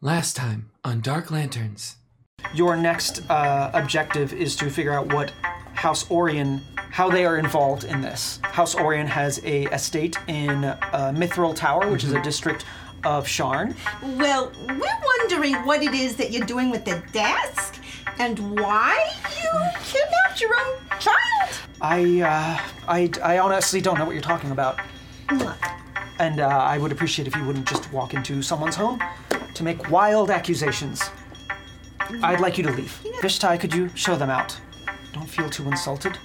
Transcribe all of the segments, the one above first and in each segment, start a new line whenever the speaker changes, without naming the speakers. Last time on Dark Lanterns.
Your next uh, objective is to figure out what House Orion, how they are involved in this. House Orion has a estate in uh, Mithril Tower, which is a district of Sharn.
Well, we're wondering what it is that you're doing with the desk and why you kidnapped your own child.
I, uh, I, I honestly don't know what you're talking about,
Look,
and uh, I would appreciate if you wouldn't just walk into someone's home to make wild accusations. I'd like you to leave. Fish tie, could you show them out? Don't feel too insulted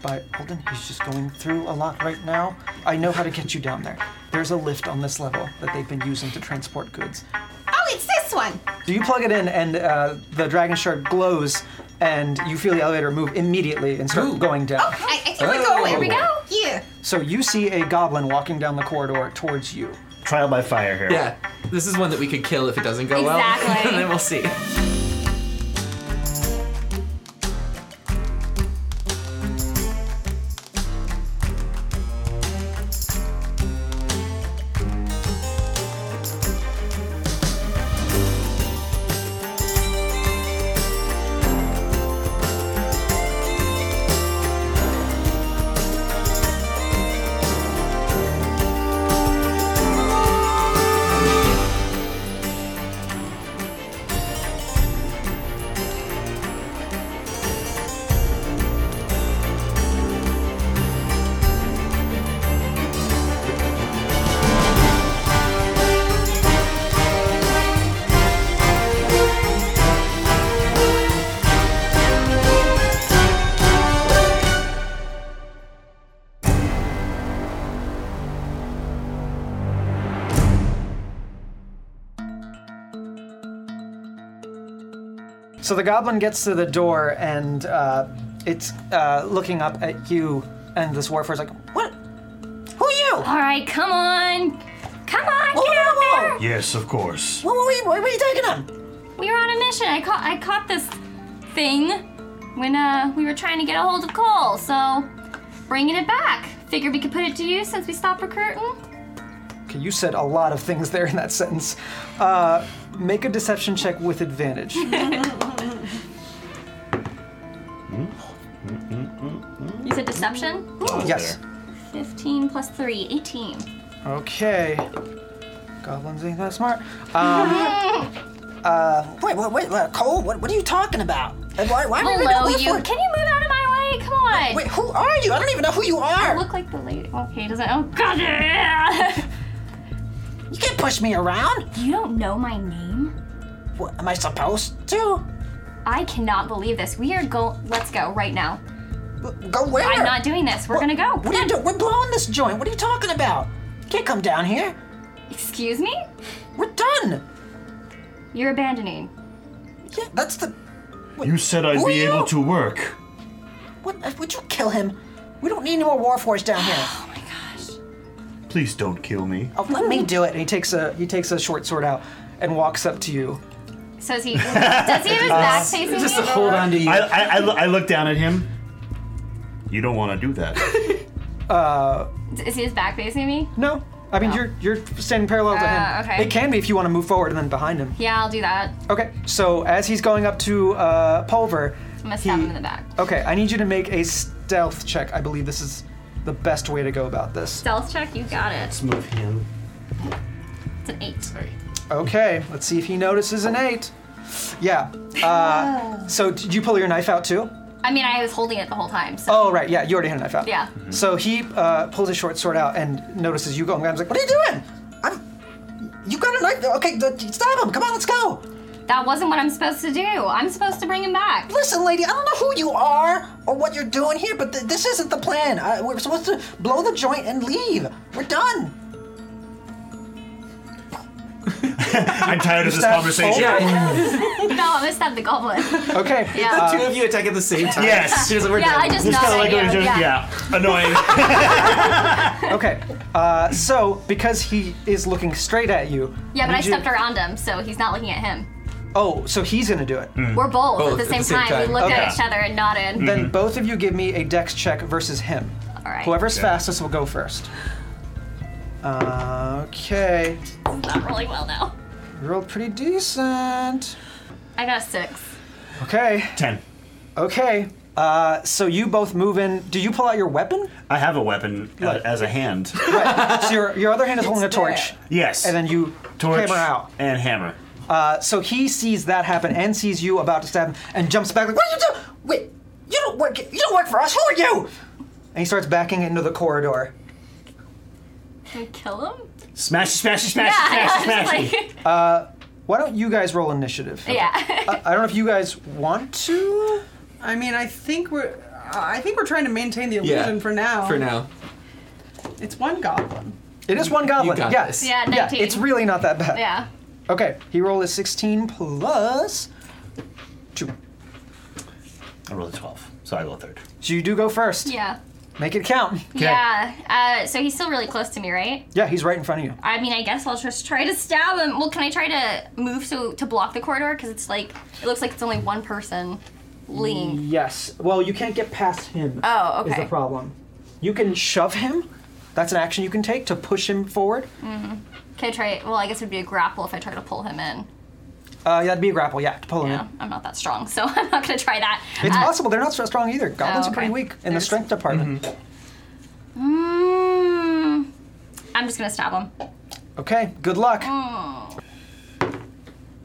by Alden. He's just going through a lot right now. I know how to get you down there. There's a lift on this level that they've been using to transport goods.
oh, it's this one.
So you plug it in, and uh, the dragon shard glows, and you feel the elevator move immediately and start going down.
I, I think
Oh.
we're going. Here we go. Here.
So you see a goblin walking down the corridor towards you.
Trial by fire here.
Yeah, this is one that we could kill if it doesn't go well.
Exactly.
and then we'll see.
So the goblin gets to the door, and uh, it's uh, looking up at you, and this warfare's like, What? Who are you?
All right, come on. Come on, get out
Oh,
there.
Yes, of course.
What, what, what, are you taking on?
We were on a mission. I caught I caught this thing when uh we were trying to get a hold of Cole, so bringing it back. Figured we could put it to use since we stopped recruiting.
Okay, you said a lot of things there in that sentence. Uh, make a deception check with advantage.
You said deception?
yes.
15 plus 3, 18.
Okay. Goblins ain't that smart.
Wait, wait, wait, wait, Cole, what, what are you talking about? And why, why are
Below
we
you.
For?
Can you move out of my way? Come on.
Wait, who are you? I don't even know who you are.
Look like the lady. Okay, doesn't. Oh, God. yeah.
You can't push me around.
you don't know my name?
What, am I supposed to?
I cannot believe this. We are go. Let's go right now.
Uh,
Go where?
I'm not doing this. We're gonna go.
What are you doing? We're blowing this joint. What are you talking about? Can't come down here.
Excuse me?
We're done.
You're abandoning.
Yeah, that's the.
You said I'd
Who
be
are you?
able to work.
What? Would you kill him? We don't need any more warforged down here.
Please don't kill me.
Oh, let me do
do it. And he takes a he takes a short sword out and walks up to you.
So is he? does he have his back facing
Just
me?
to hold on to you.
I, I, I, lo- I look down at him. You don't want to do that.
Is his back facing me?
No, I mean you're you're standing parallel to
Ah,
him.
okay.
It can be if you want to move forward and then behind him.
Yeah, I'll do that.
Okay. So as he's going up to uh, Pulver,
I'm gonna stab him in the back.
Okay, I need you to make a stealth check. I believe this is the best way to go about this.
Stealth check, you got it.
Move him.
It's an eight.
Sorry.
Okay, let's see if he notices an eight. Yeah. Uh, so did you pull your knife out too?
I mean, I was holding it the whole time. So
Oh right, yeah, you already had a knife out.
yeah.
So he uh, pulls his short sword out and notices you going. and he's like, "What are you
it.
doing?"
I'm. You got a knife? Okay, th- stab him. Come on, let's go.
That wasn't what I'm supposed to do. I'm supposed to bring him back.
Listen, lady, I don't know who you are or what you're doing here, but th- this isn't the plan. I, we're supposed to blow the joint and leave. We're done.
I'm tired of this
that
conversation.
full?
Yeah,
No, I'm gonna stab the goblin.
Okay.
Yeah.
the two of you attack at the same time.
Yes.
Here's what we're
yeah,
doing.
I just
Just
not
kind of like
idea.
going to-
yeah.
yeah. Annoying.
Okay, uh, so because he is looking straight at you.
Yeah, but I
would you-
stepped around him, so he's not looking at him.
Oh, so he's gonna do it.
We're both,
Both
at the same, time. We looked
Okay.
at each other and nodded.
Then both of you give me a dex check versus him.
All right.
Whoever's fastest will go Uh, first. Okay.
Not really well now.
You rolled pretty decent.
I got a six.
Okay.
Ten.
Okay. Uh, so you both move in. Do you pull out your weapon?
I have a weapon uh, as a hand.
Right. so your, your other hand is holding a
It's there.
torch.
Yes.
And then you
Torch
hammer out.
and hammer.
Uh, so he sees that happen and sees you about to stab him and jumps back like, what are you doing?
Wait, you don't work. You don't work for us. Who are you?
And he starts backing into the corridor.
Can we kill him?
Smash, smash, smash,
Yeah,
smash,
I
smash.
was like,
Why don't you guys roll initiative?
yeah.
I, I don't know if you guys want to.
I mean, I think we're. I think we're trying to maintain the illusion for now.
For now.
It's one goblin.
It is one goblin.
got
yes.
this.
Yeah, 19.
it's really not that bad.
yeah.
Okay, he rolled a 16 plus 2.
I rolled a 12, so I go third.
So you do go first.
Yeah.
Make it count.
Yeah. Uh, so he's still really close to me, right?
Yeah, he's right in front of you.
I mean, I guess I'll just try to stab him. Well, can I try to move so to block the corridor? Because it's like it looks like it's only one person
Mm.
leaning.
Yes. Well, you can't get past him.
Oh,
Is
okay.
the problem. You can shove him. That's an action you can take to push him forward.
Can I try? Well, I guess it'd be a grapple if I try to pull him in.
Uh, that'd be a grapple, yeah, to pull him
Yeah,
in.
I'm not that strong, so I'm not gonna try that.
It's
Uh,
possible. They're not so strong either. Goblins
Oh,
are pretty
okay.
weak in the strength department.
mm, I'm just gonna stab him.
Okay, good luck.
Oh.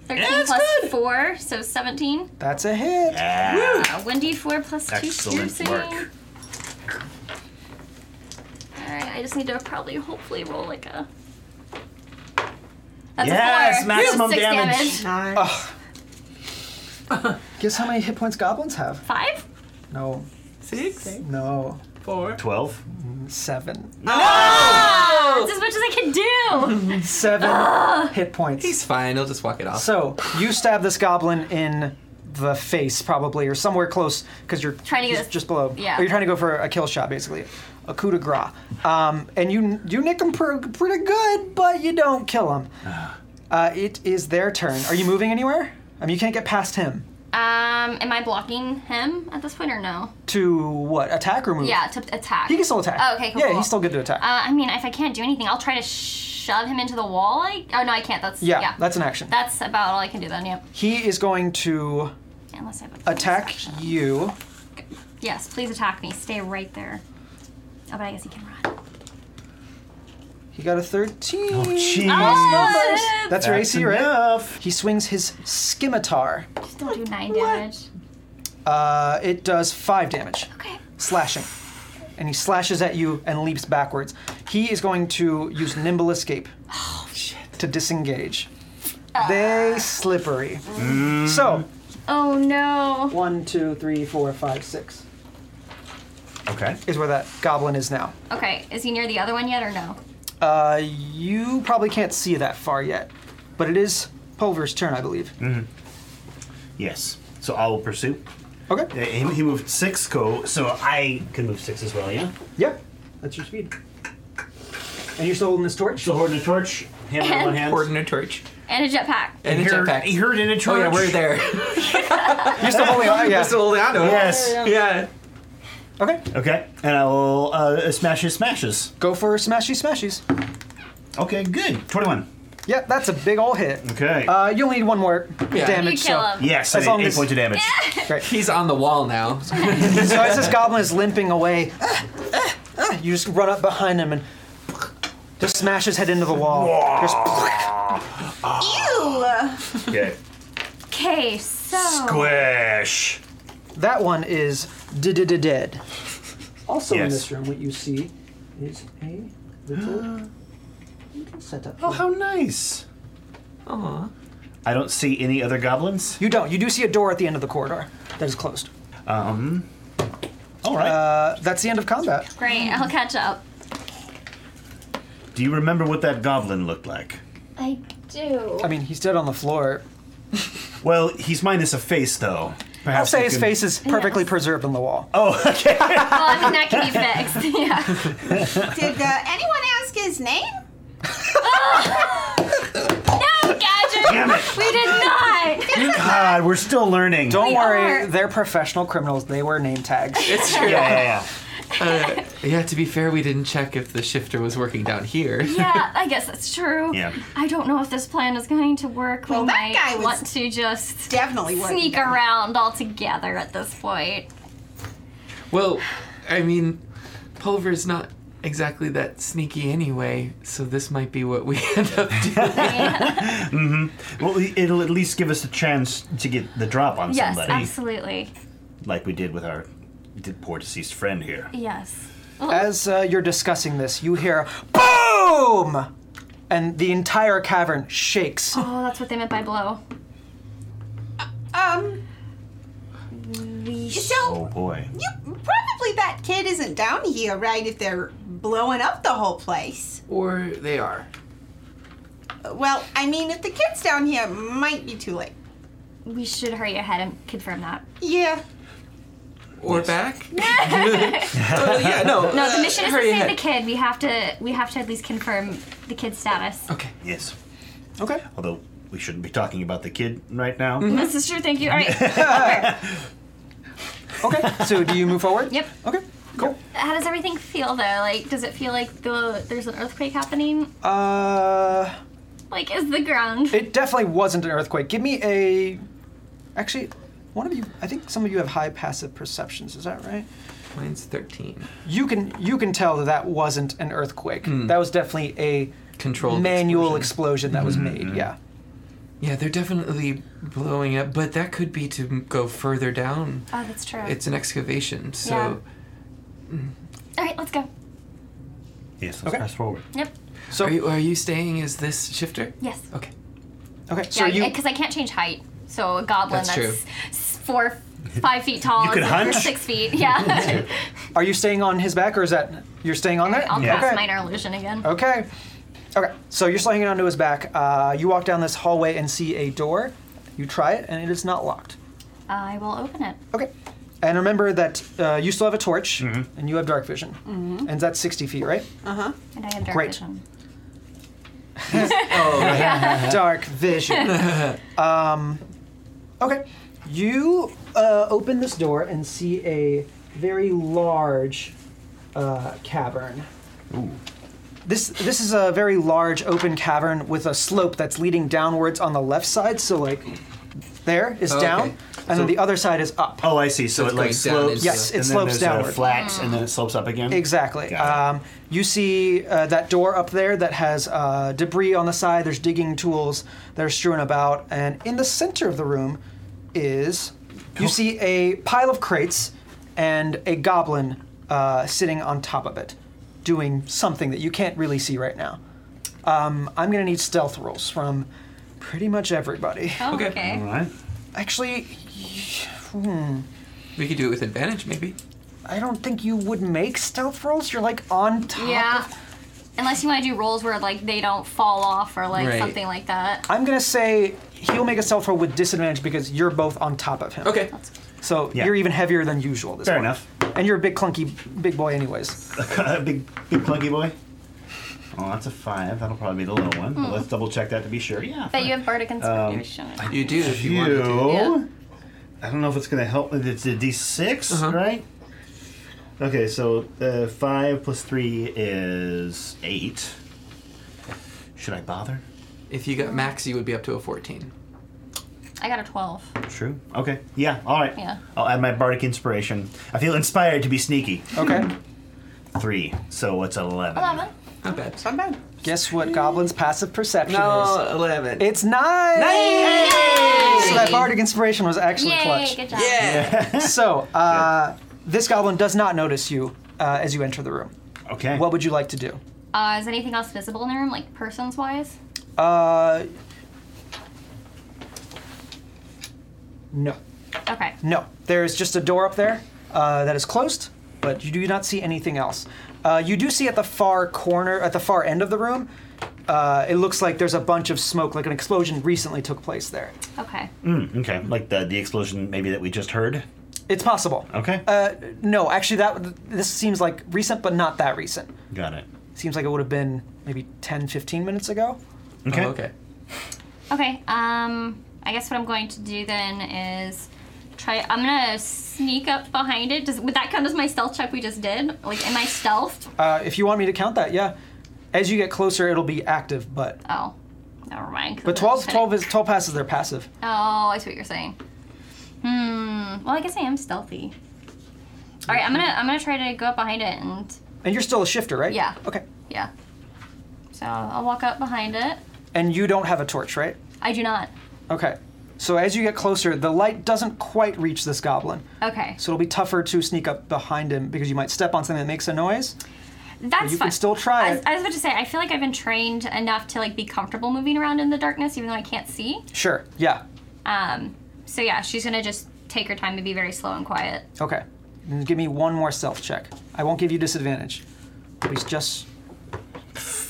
Thirteen plus four, so seventeen.
That's a hit.
Ah,
Uh, One d four plus two
Excellent
piercing.
work.
All right, I just need to probably, hopefully, roll like a. That's
Yes,
a four.
maximum
Six
damage.
Uh,
Nice.
Guess how many hit points goblins have?
Five.
No,
Six,
no,
four.
12?
seven.
That's as much as I can do. Ah!
Seven hit points.
He's fine. He'll just walk it off.
So you stab this goblin in the face, probably, or somewhere close, because you're
Trying to get
he's
a-
just below.
yeah.
Or you're trying to go for a kill shot, basically, a coup de grace. Um, and you you nick him pr- pretty good, but you don't kill him. Uh, it is their turn. Are you moving anywhere? I mean, you can't get past him.
Um, am I blocking him at this point or no?
To what? Attack or move?
Yeah, to attack.
He can still attack.
Oh, okay, cool.
Yeah,
cool.
he's still good to attack.
Uh, I mean, if I can't do anything, I'll try to shove him into the wall. I, oh no, I can't. That's
yeah,
yeah.
that's an action.
That's about all I can do then. Yeah.
he is going to
Unless I have a bonus
attack
action.
you.
Yes, please attack me. Stay right there. Oh, but I guess he can run.
He got a 13.
Oh, jeez.
Ah!
That's your
That's
AC, right?
enough.
He swings his scimitar.
Just don't do nine damage.
Uh, it does five damage,
Okay.
slashing. And he slashes at you and leaps backwards. He is going to use nimble escape to disengage. They slippery. So
Oh no.
one, two, three, four, five, six
Okay.
is where that goblin is now.
Okay, is he near the other one yet or no?
Uh, you probably can't see that far yet, but it is Pulver's turn, I believe.
Yes. So I will pursue.
Okay.
Uh, He, he moved six, co, so I can move six as well, yeah?
Yep. That's your speed. And you're still holding this torch.
Still holding a torch, hammer in one hand.
Hoarding a torch.
And a jetpack.
And a
Heard-
jetpack.
He heard in a
Oh
torch.
yeah, we're there.
You're still holding on.
We're
Yeah.
still holding on to it.
Yes.
Yeah.
Okay.
Okay, and I will uh, smash his smashes.
Go for smashy smashies.
Okay, good. 21.
Yep, that's a big ol' hit.
Okay.
Uh, you'll need one more
Yeah.
damage.
You kill
so.
him.
yes,
as
I
long
did 8
as-
points of damage.
He's on the wall now.
So as this goblin is limping away, "Ah, ah, ah," you just run up behind him and just smash his head into the
Oh.
wall. Just
Ew!
Okay.
Okay, so
Squish.
that one is dead. Also
in Yes. this
room, what you see is a little little setup.
Oh, how nice.
Aw.
I don't see any other goblins.
You don't. You do see a door at the end of the corridor that is closed.
Um. All right.
Uh, that's the end of combat.
great. I'll catch up.
Do you remember what that goblin looked like?
I do.
I mean, he's dead on the floor.
Well, he's minus a face, though. Perhaps
I'll say
you
his
can-
face is perfectly
Yes.
preserved on the wall.
Oh, okay.
Well, I mean that can be fixed. yeah.
Did uh, anyone ask his name?
No, gadget.
Damn it.
We did not.
God, we're still learning.
Don't
We
worry,
are-
they're professional criminals. They wear name tags.
It's true.
Yeah, yeah, yeah.
Uh, yeah, to be fair, we didn't check if the shifter was working down here.
yeah, I guess that's true.
Yeah.
I don't know if this plan is going to work.
Well,
we
that
might
guy was
want to just
definitely working
sneak
on it.
around all together at this point.
Well, I mean, Pulver's not exactly that sneaky anyway, so this might be what we end up
hmm Well, i- it'll at least give us a chance to get the drop on
yes,
somebody,
absolutely.
like we did with our d- poor deceased friend here.
Yes.
As uh, you're discussing this, you hear boom, and the entire cavern shakes.
Oh, that's what they meant by blow.
Um. So
Oh boy.
probably that kid isn't down here, right? If they're blowing up the whole place.
Or they are.
Well, I mean, if the kid's down here, it might be too late.
We should hurry ahead and confirm that.
Yeah.
Or back? Uh, yeah, no.
No,
uh,
the mission is to
hurry
save
ahead.
the kid. We have to we have to at least confirm the kid's status.
Okay.
Yes.
Okay.
Although we shouldn't be talking about the kid right now.
Mm-hmm.
This is true, thank you. Alright.
okay, so do you move forward?
Yep.
Okay, cool.
How does everything feel though? Like does it feel like the there's an earthquake happening?
Uh,
Like is the ground
it definitely wasn't an earthquake. Give me a. Actually, one of you. I think some of you have high passive perceptions. Is that right?
Mine's thirteen.
You can you can tell that that wasn't an earthquake.
Hmm.
That was definitely a
Controlled
manual explosion, that was
Mhm.
made. Yeah.
Yeah, they're definitely blowing up, but that could be to m- go further down.
Oh, that's true.
It's an excavation, so
Alright, let's go.
Yes, let's press forward.
Yep.
So are you, are you staying as this shifter?
Yes.
Okay.
Okay.
yeah, because I can't change height. So a goblin
That's
that's,
true.
s- four five feet tall
You could
is like
hunch.
six feet. Yeah.
Are you staying on his back, or is that you're staying on there?
I'll cast
Okay.
minor illusion again.
Okay. Okay. So you're slinging onto his back. Uh, you walk down this hallway and see a door. You try it, and it is not locked.
I will open it.
Okay. And remember that uh, you still have a torch,
Mm-hmm.
and you have dark vision,
Mhm.
and that's 60 feet, right?
Uh huh. And I have dark
Great.
vision.
Oh,
Yeah.
dark vision. um, okay. You uh, open this door and see a very large uh, cavern.
Ooh.
This this is a very large open cavern with a slope that's leading downwards on the left side. So like, there is
Oh,
down,
okay.
and
So-
then the other side is up.
Oh, I see.
So
So, it
it's
like
going down
slopes.
into- Yes, it
and
slopes
then there's, uh,
downward. Mm.
flats, and then it slopes up again.
Exactly.
Got
Um, you see uh, that door up there that has uh, debris on the side. There's digging tools that are strewn about, and in the center of the room is you see a pile of crates and a goblin uh, sitting on top of it, doing something that you can't really see right now. Um, I'm gonna need stealth rolls from pretty much everybody.
Oh, Okay. okay. All
right.
Actually, hmm.
We could do it with advantage, maybe.
I don't think you would make stealth rolls. You're like on top.
Yeah. Unless you want to do rolls where like they don't fall off or like
Right.
something like that.
I'm gonna say he'll make a stealth roll with disadvantage because you're both on top of him.
Okay.
So
Yeah.
you're even heavier than usual. This
Fair
one.
enough.
And you're a big clunky big boy, anyways.
big big clunky boy. Oh, that's a five. That'll probably be the low one. But
Hmm.
let's double check that to be sure. Yeah.
But you have bardic
Um,
inspiration.
you do if you
you.
want to
I don't know if it's going to help. It's a D6,
Uh-huh.
right? Okay, so uh, five plus three is eight. Should I bother?
If you got max, you would be up to a fourteen.
I got a twelve.
True. Okay. Yeah. All right.
Yeah.
I'll add my bardic inspiration. I feel inspired to be sneaky.
Okay.
Three. So it's eleven.
Eleven.
Not bad.
Not bad. Guess what Goblin's passive perception
No,
is?
11.
It's nine!
Nine! Yay!
So that bardic inspiration was actually
Yay,
clutch.
good job.
Yeah.
so, uh, this goblin does not notice you uh, as you enter the room.
Okay.
What would you like to do?
Uh, is anything else visible in the room, like persons wise?
Uh, no.
Okay.
No, there is just a door up there uh, that is closed, but you do not see anything else. Uh, you do see at the far corner, at the far end of the room, uh, it looks like there's a bunch of smoke, like an explosion recently took place there.
Okay.
Mm, okay. Like the the explosion maybe that we just heard.
It's possible.
Okay.
Uh, no, actually, that this seems like recent, but not that recent.
Got it.
Seems like it would have been maybe 10, 15 minutes ago.
Okay.
Oh, okay.
Okay. Um, I guess what I'm going to do then is try. I'm gonna s- sneak up behind it? Does would that count as my stealth check we just did? Like, am I stealthed?
Uh, if you want me to count that, yeah. As you get closer, it'll be active, but
Oh, never mind. 'cause
but
I'm
12,
gonna-
12 is 12 passes their passive.
Oh, I see what you're saying. Hmm. Well, I guess I am stealthy. All right, I'm gonna I'm gonna try to go up behind it and
And you're still a shifter, right?
Yeah.
Okay.
yeah. So I'll walk up behind it.
And you don't have a torch, right?
I do not.
Okay. So as you get closer, the light doesn't quite reach this goblin.
Okay,
So it'll be tougher to sneak up behind him because you might step on something that makes a noise.
that's
you
fine.
can still try
I,
it.
I was about to say I feel like I've been trained enough to like be comfortable moving around in the darkness, even though I can't see.
Sure. Yeah.
Um. So yeah, she's gonna just take her time and be very slow and quiet.
Okay. Then Give me one more stealth check. I won't give you disadvantage. Please just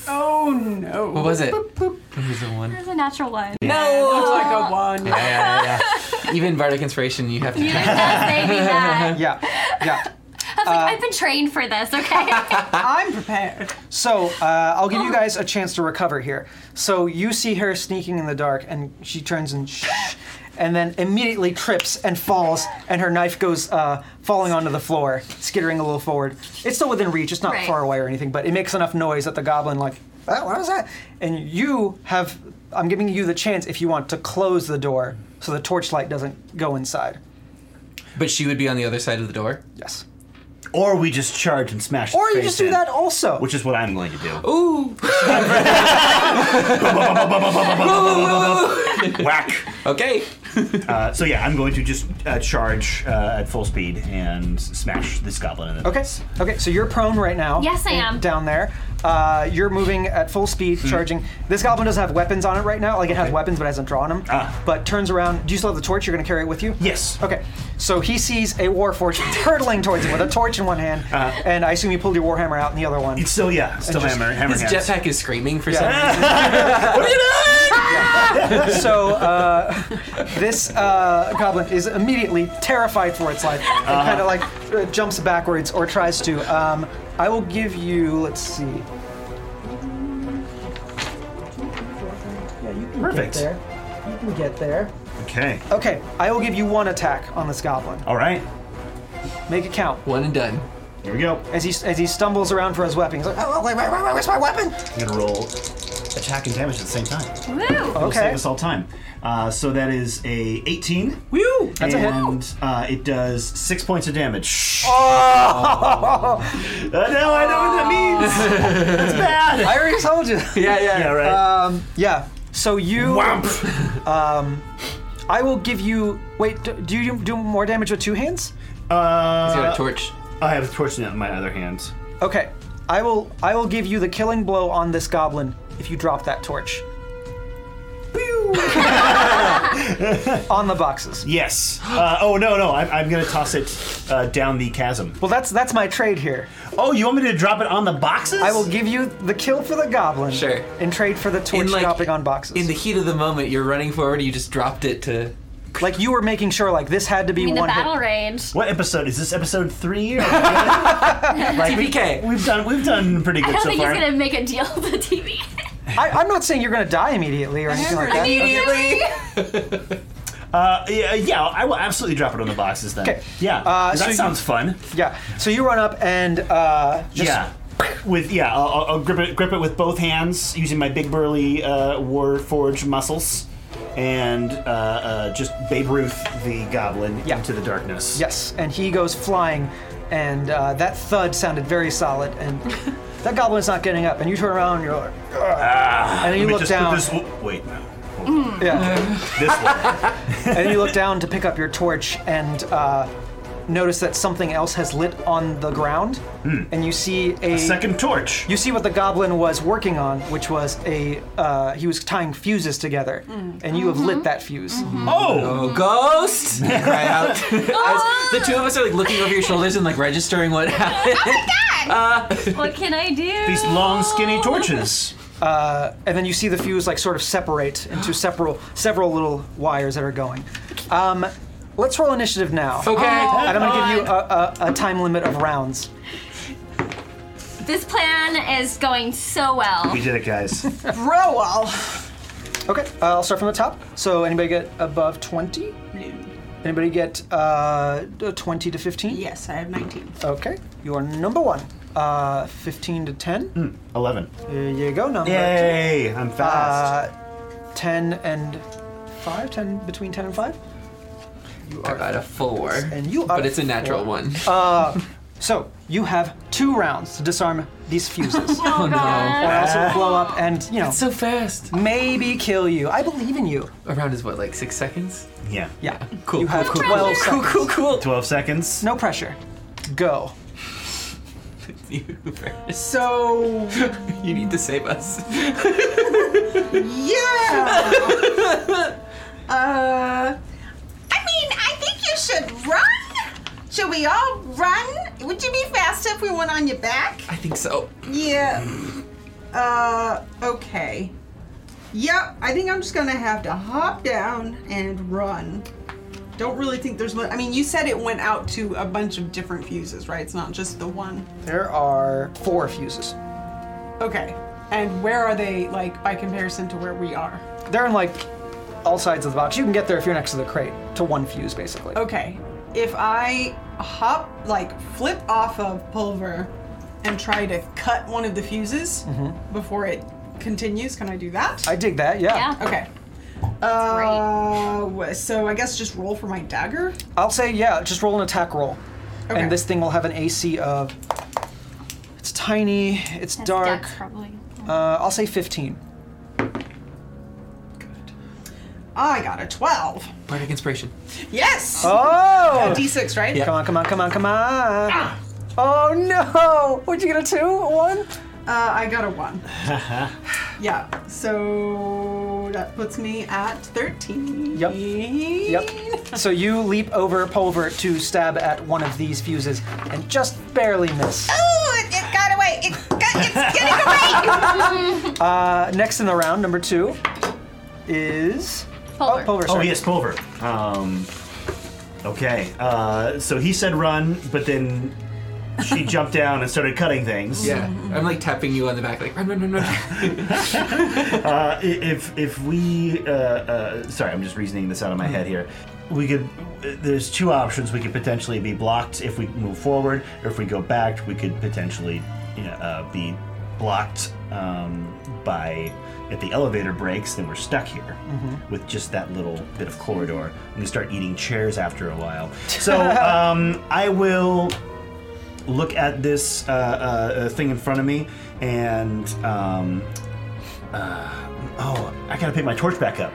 Oh no.
What was it? It was a one. Yeah,
There's a natural one.
Looks like a one.
yeah, yeah. Even bardic inspiration, you have to.
It does baby that.
yeah, yeah.
I was
Uh,
like, I've been trained for this. Okay.
I'm prepared.
So uh, I'll give you guys a chance to recover here. So you see her sneaking in the dark, and she turns and shh, and then immediately trips and falls, and her knife goes uh, falling onto the floor, skittering a little forward. It's still within reach; it's not
Right.
far away or anything, but it makes enough noise that the goblin like, "Ah, what was that? And you have, I'm giving you the chance if you want to close the door so the torchlight doesn't go inside.
But she would be on the other side of the door.
Yes.
Or we just charge and smash. his
Or you
face
just do
in,
that also.
which is what I'm going to do.
Ooh.
Whack.
Okay.
Uh, so yeah, I'm going to just uh, charge uh, at full speed and smash this goblin in the
Okay.
face.
Okay. So you're prone right now.
Yes, I am.
Down there. Uh, you're moving at full speed, charging. This goblin doesn't have weapons on it right now. Like it has weapons, but hasn't drawn them.
Ah.
But turns around. Do you still have the torch? You're going to carry it with you?
Yes.
Okay. So he sees a warforged hurtling towards him with a torch in one hand, and I assume you pulled your warhammer out in the other one.
It's still yeah, still
just-
hammer, hammer
His
hands.
jetpack is screaming for some reason.
so uh, this uh, goblin is immediately terrified for its life and kind of like uh, jumps backwards or tries to. Um, I will give you. Let's see. Yeah, you can get
Perfect.
there. You can get there.
Okay.
Okay, I will give you one attack on this goblin.
All right.
Make it count.
One and done.
Here we go.
As he as he stumbles around for his weapon, he's like,
Oh, wait, wait, wait, wait, where's my weapon?
I'm gonna roll attack and damage at the same time.
Woo.
It'll
Okay.
save us all time. Uh, so that is a 18.
"Whew, That's a hit.
and Uh, it does six points of damage.
Oh!
Uh, now I know what that means. That's bad.
I already told you.
Yeah, yeah.
yeah, right.
Um, yeah. So you.
Womp.
I will give you. Wait, do, do you do more damage with two hands?
Uh,
He's got a torch.
I have a torch in my other hand.
Okay, I will. I will give you the killing blow on this goblin if you drop that torch. Pew! on the boxes.
Yes. Uh, oh no no! I'm, I'm gonna toss it uh, down the chasm.
Well, that's that's my trade here.
Oh, you want me to drop it on the boxes?
I will give you the kill for the goblin.
Sure.
And trade for the torch dropping on boxes.
in the heat of the moment, you're running forward. You just dropped it to.
like you were making sure, like this had to be
I mean, the
one hit.
battle rage.
What episode is this? Episode three? Or like,
TPK.
we've done we've done pretty
I
good
don't
so
think
far.
he's gonna make a deal with the TV.
I, I'm not saying you're gonna die immediately or anything like that.
Immediately.
Uh, yeah, yeah, I will absolutely drop it on the boxes then.
'Kay.
Yeah,
Uh,
that
so you-
sounds fun.
Yeah. So you run up and uh, just
yeah. With yeah, I'll, I'll- I'll grip it grip it with both hands using my big burly uh, war forge muscles, and uh, uh, just Babe Ruth the goblin
Yeah.
into the darkness.
Yes, and he goes flying, and uh, that thud sounded very solid, and that goblin's not getting up. And you turn around, and you're like, "Oh."
Ah,
And then you
let me
look
just put
down.
This, w- wait, no.
yeah.
This one.
and then you look down to pick up your torch, and uh, notice that something else has lit on the ground, and you see a,
Second torch.
You see what the goblin was working on, which was a uh, he was tying fuses together, and you have lit that fuse.
oh!
Oh, ghost! You Cry out. As the two of us are like looking over your shoulders and like registering what happened.
what can I do?
These long, skinny torches.
and then you see the fuse like sort of separate into several several little wires that are going. Um, let's roll initiative now.
Okay.
And I'm gonna give you a, a, a time limit of rounds.
This plan is going so well.
We did it, guys.
Bro, well.
Okay, uh, I'll start from the top. So anybody get above 20? Anybody get uh, 20 to 15?
Yes, I have 19.
Okay. You are number one. Uh, 15 to 10.
Hmm.
Eleven.
Here you go, number
Yay! I'm fast.
Uh, 10 and 5? 10, between 10 and 5? You
I
are
got a four.
And you are Uh,
But it's a natural
four.
one.
So you have two rounds to disarm these fuses. or
Oh, God.
else it'll blow up and, you know,
so fast.
maybe kill you. I believe in you.
Around is what, like six seconds?
yeah.
Yeah.
Cool.
You have 12
cool,
seconds.
cool, cool, cool.
Twelve seconds.
No pressure. Go.
You first.
So
You need to save us.
Yeah! uh, I mean, I think you should run. Should we all run? Would you be faster if we went on your back?
I think so.
Yeah. Uh, okay. Yep, I think I'm just gonna have to hop down and run. Don't really think there's much. I mean, you said it went out to a bunch of different fuses, right? It's not just the one.
There are four fuses.
okay, and where are they like by comparison to where we are?
They're in like all sides of the box. You can get there if you're next to the crate to one fuse, basically.
Okay, if I hop like flip off of Pulver and try to cut one of the fuses before it continues, can I do that?
I dig that. Yeah.
Yeah.
okay. Uh, wh- so I guess just roll for my dagger.
I'll say yeah. Just roll an attack roll,
Okay.
and this thing will have an AC of. It's tiny. It's
That's
dark.
Dex, probably.
Uh, I'll say 15.
I got a 12.
Bardic inspiration.
Yes!
Oh!
D6, right?
Yeah.
Come on! Come on! Come on! Come on! Oh no! What'd you get a two? A One?
Uh, I got a 1. yeah, so that puts me at 13.
Yep. Yep. So you leap over Pulver to stab at one of these fuses and just barely miss.
Ooh, it, it got away. It got, it's getting away.
Uh, next in the round, number two, is
Pulver.
Oh, Pulver.
Oh
sorry.
yes, Pulver. Um. Okay. Uh, so he said run, but then she jumped down and started cutting things.
Yeah. I'm like tapping you on the back, like run, run, run, run.
Uh, i- if if we uh, uh, sorry, I'm just reasoning this out of my head here. We could. uh, There's two options. We could potentially be blocked if we move forward, or if we go back, we could potentially you know, uh, be blocked um, by. If the elevator breaks, then we're stuck here with just that little bit of corridor. I'm gonna start eating chairs after a while. So um, I will look at this uh, uh, uh, thing in front of me and um, Oh, I gotta pick my torch back up.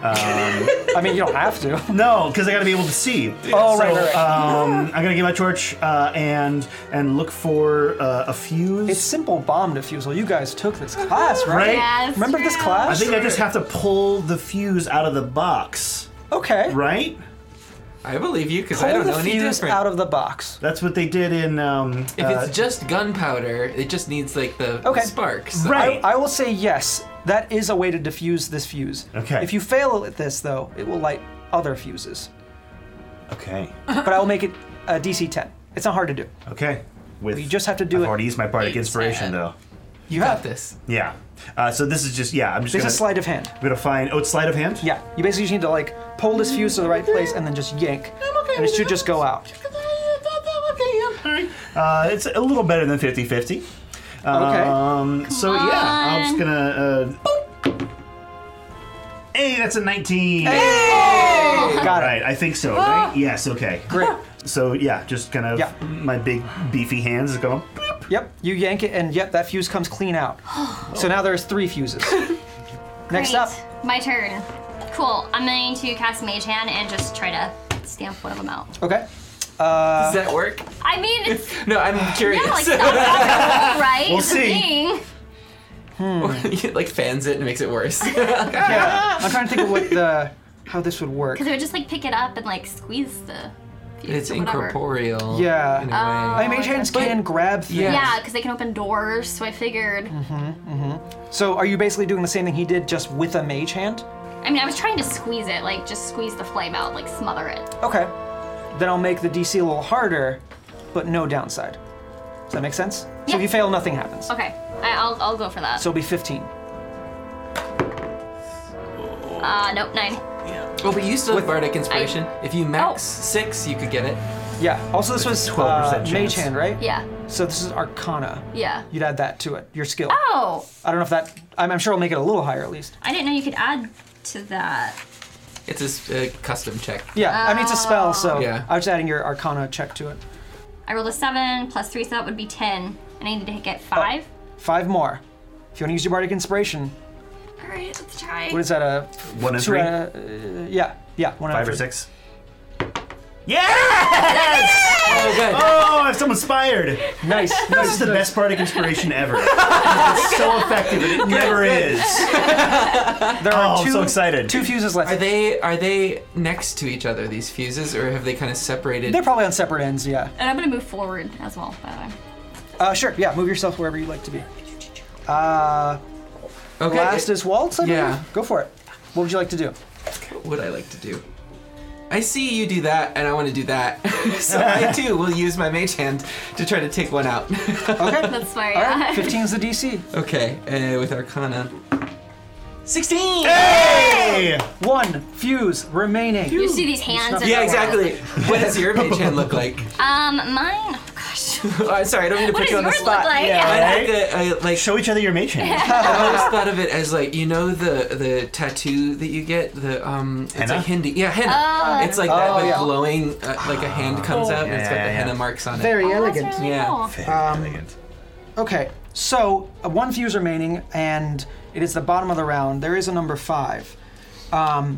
I mean, you don't have to.
No, because I gotta be able to see.
Oh,
so,
right, right, right.
Um, I'm gonna get my torch uh, and and look for uh, a fuse.
It's simple bomb defusal. You guys took this class, right?
Right?
Yeah, it's
Remember this
true.
I
class?
think I just have to pull the fuse out of the box,
Okay.
right?
I believe you because
Pull
I don't
the
know any
fuse
different.
out of the box.
That's what they did in. Um,
if
uh,
it's just gunpowder, it just needs like the
Okay.
sparks.
Right.
I, I will say yes. That is a way to defuse this fuse.
Okay.
If you fail at this, though, it will light other fuses.
okay,
But I will make it a DC 10. It's not hard to do.
okay. With
You just have to do
I've
it.
already used my bardic inspiration
said.
though.
You
Got
have
this.
Yeah. Uh, so this is just yeah. I'm just
There's
gonna
a sleight of hand.
I'm gonna find. Oh, it's sleight of hand.
Yeah. You basically just need to like pull this fuse to the right place and then just yank, and it should just go out.
Uh, it's a little better than 50-50.
Okay.
Um, so yeah, I'm just
on.
gonna. Uh, hey, that's a 19.
Got
All
it.
right, I think so. Right? Yes. Okay.
Great.
So yeah, just kind of
Ah. Yeah.
my big beefy hands is going. Bloop.
Yep, you yank it, and yep, that fuse comes clean out. so now there's three fuses. Next
Great.
up,
My turn. Cool. I'm going to cast Mage Hand and just try to stamp one of them out.
okay. Uh,
Does that work?
I mean, it's
No, I'm curious.
yeah, like stop, right?
We'll
It's a
see.
thing.
It, like fans it and makes it worse.
Yeah, I'm trying to think of what the how this would work.
Because it would just like pick it up and like squeeze the. fuse
it's
or whatever. Um,
incorporeal.
Yeah.
In a way.
I mean, mage hands can grab things.
Yeah.
Yeah, because they can open doors. So I figured.
So are you basically doing the same thing he did, just with a mage hand?
I mean, I was trying to squeeze it, like just squeeze the flame out, like smother it.
Okay. Then I'll make the DC a little harder, but no downside. Does that make sense? So if
Yeah.
you fail, nothing happens.
Okay, I, I'll I'll go for that.
So it'll be 15.
uh, nope, nine.
Oh, but you still have
With-
bardic inspiration. if you max
Oh.
six, you could get it.
Yeah. Also, this was
12%
uh,
chance.
mage hand, right?
Yeah.
So this is Arcana.
Yeah.
You'd add that to it. Your skill.
Oh,
I don't know if that. I'm, I'm sure I'll make it a little higher at least.
I didn't know you could add to that.
It's a s- a custom check.
Yeah. I mean, it's a spell,
Oh.
so
Yeah.
I was adding your Arcana check to it.
I rolled a seven plus three, so that would be ten, and I need to
Oh.
get five.
Five more. If you want to use your bardic inspiration,
All right, let's try.
what is that? A
One and
two?
three?
out of- uh, yeah. Yeah. One out of
Five
three.
or six? Yes!
Oh, good.
Oh, I'm so inspired.
Nice.
This is
nice.
the best bardic inspiration ever. it's so effective, and it never is.
There
Oh,
are
I'm
two
so excited.
two fuses left.
Are they are they next to each other these fuses, or have they kind of separated?
They're probably on separate ends. Yeah.
And I'm gonna move forward as well. By the way.
Uh, sure. Yeah. Move yourself wherever you'd like to be. Uh,
okay.
last
it-
is Waltz. I
Yeah.
believe? Go for it. What would you like to do?
what would I like to do? I see you do that, and I want to do that. so I too will use my mage hand to try to take one out.
Okay.
That's smart.
All
yeah.
right. 15 is the DC.
okay, uh, with Arcana. Sixteen.
Hey!
One fuse remaining.
You see these hands? in
Yeah,
the
exactly. What does your mage hand look like?
world. Um, mine. Oh gosh.
Oh, sorry, I don't mean to
What
put
does
you on the
yours
spot.
look like?
I,
Yeah.
like that- I like
Show each other your mage hand.
I always thought of it as like you know the the tattoo that you get the um it's
Henna?
like hindi yeah henna
Oh.
it's like that
Oh,
like
yeah.
glowing uh, like a hand comes out and it's got
Oh. Yeah,
the
yeah,
henna
yeah.
marks on it
Very
Oh, that's
elegant.
really
Yeah.
cool.
Um,
Elegant.
Okay, so uh, one fuse remaining, and it is the bottom of the round. There is a number five. Um,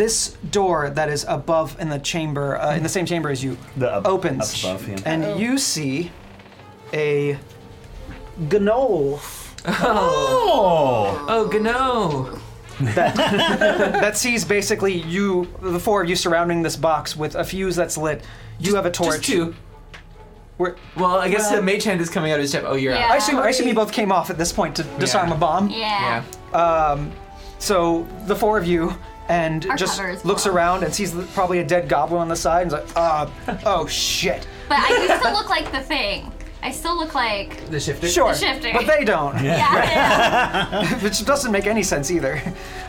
this door that is above in the chamber, uh, in the same chamber as you,
The up-
opens,
up above, yeah.
and
Oh.
you see a gnoll
Oh!
oh gno
that sees basically you, the four of you, surrounding this box with a fuse that's lit. You have a torch.
just two
We're-
well I guess the mage hand is coming out of his chest oh you're
Yeah.
out
I assume, I assume you both came off at this point to disarm a bomb.
Yeah.
So the four of you and
Our
just
cover is
looks
blown.
around and sees probably a dead goblin on the side and's like, uh, oh shit.
But I used to look like the thing. I still look like.
the shifter
Sure,
shifting.
but they don't,
Yeah.
which doesn't make any sense either.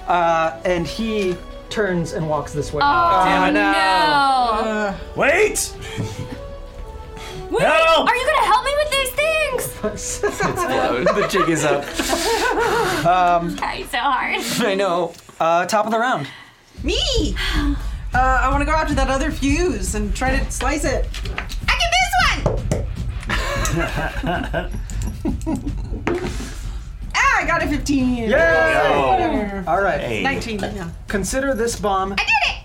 Uh, and he turns and walks this way.
Oh
Damn it.
no.
Wait!
Wait,
Help!
Are you gonna help me with these things?
it's blown the jig is up
Okay, so hard.
I know
Uh, top of the round.
Me! Uh, I want to go after that other fuse and try to slice it.
I get this one.
Ah, I got a 15.
Oh.
All right.
Hey.
19. Yeah.
Consider this bomb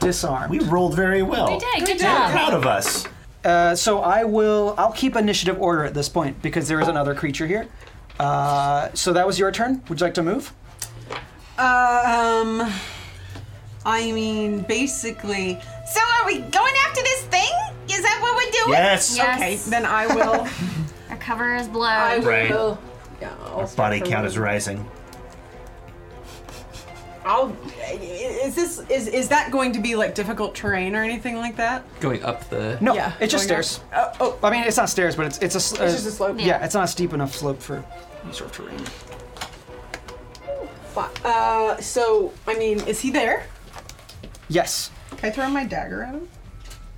disarmed.
We rolled very well.
You did. Good
I'm
job.
proud of us.
Uh, so I will. I'll keep initiative order at this point because there is another creature here. Uh, so that was your turn. Would you like to move?
Um, I mean, basically. So are we going after this thing? Is that what we're doing?
Yes!
Yeah.
Okay,
Yes.
then I will.
Our cover is
I
blown.
Right.
will. Yeah, I'll
Body
start
count
from-
is rising.
I'll. Is this is is that going to be like difficult terrain or anything like that?
going up the
No.
Yeah,
It's just
going up.
stairs.
Uh, oh,
I mean, it's not stairs, but it's it's a. s- uh,
it's just a slope.
Yeah. it's not a steep enough slope for any sort of terrain.
Fi- Uh, so I mean, is he there?
Yes.
Can I throw my dagger at him?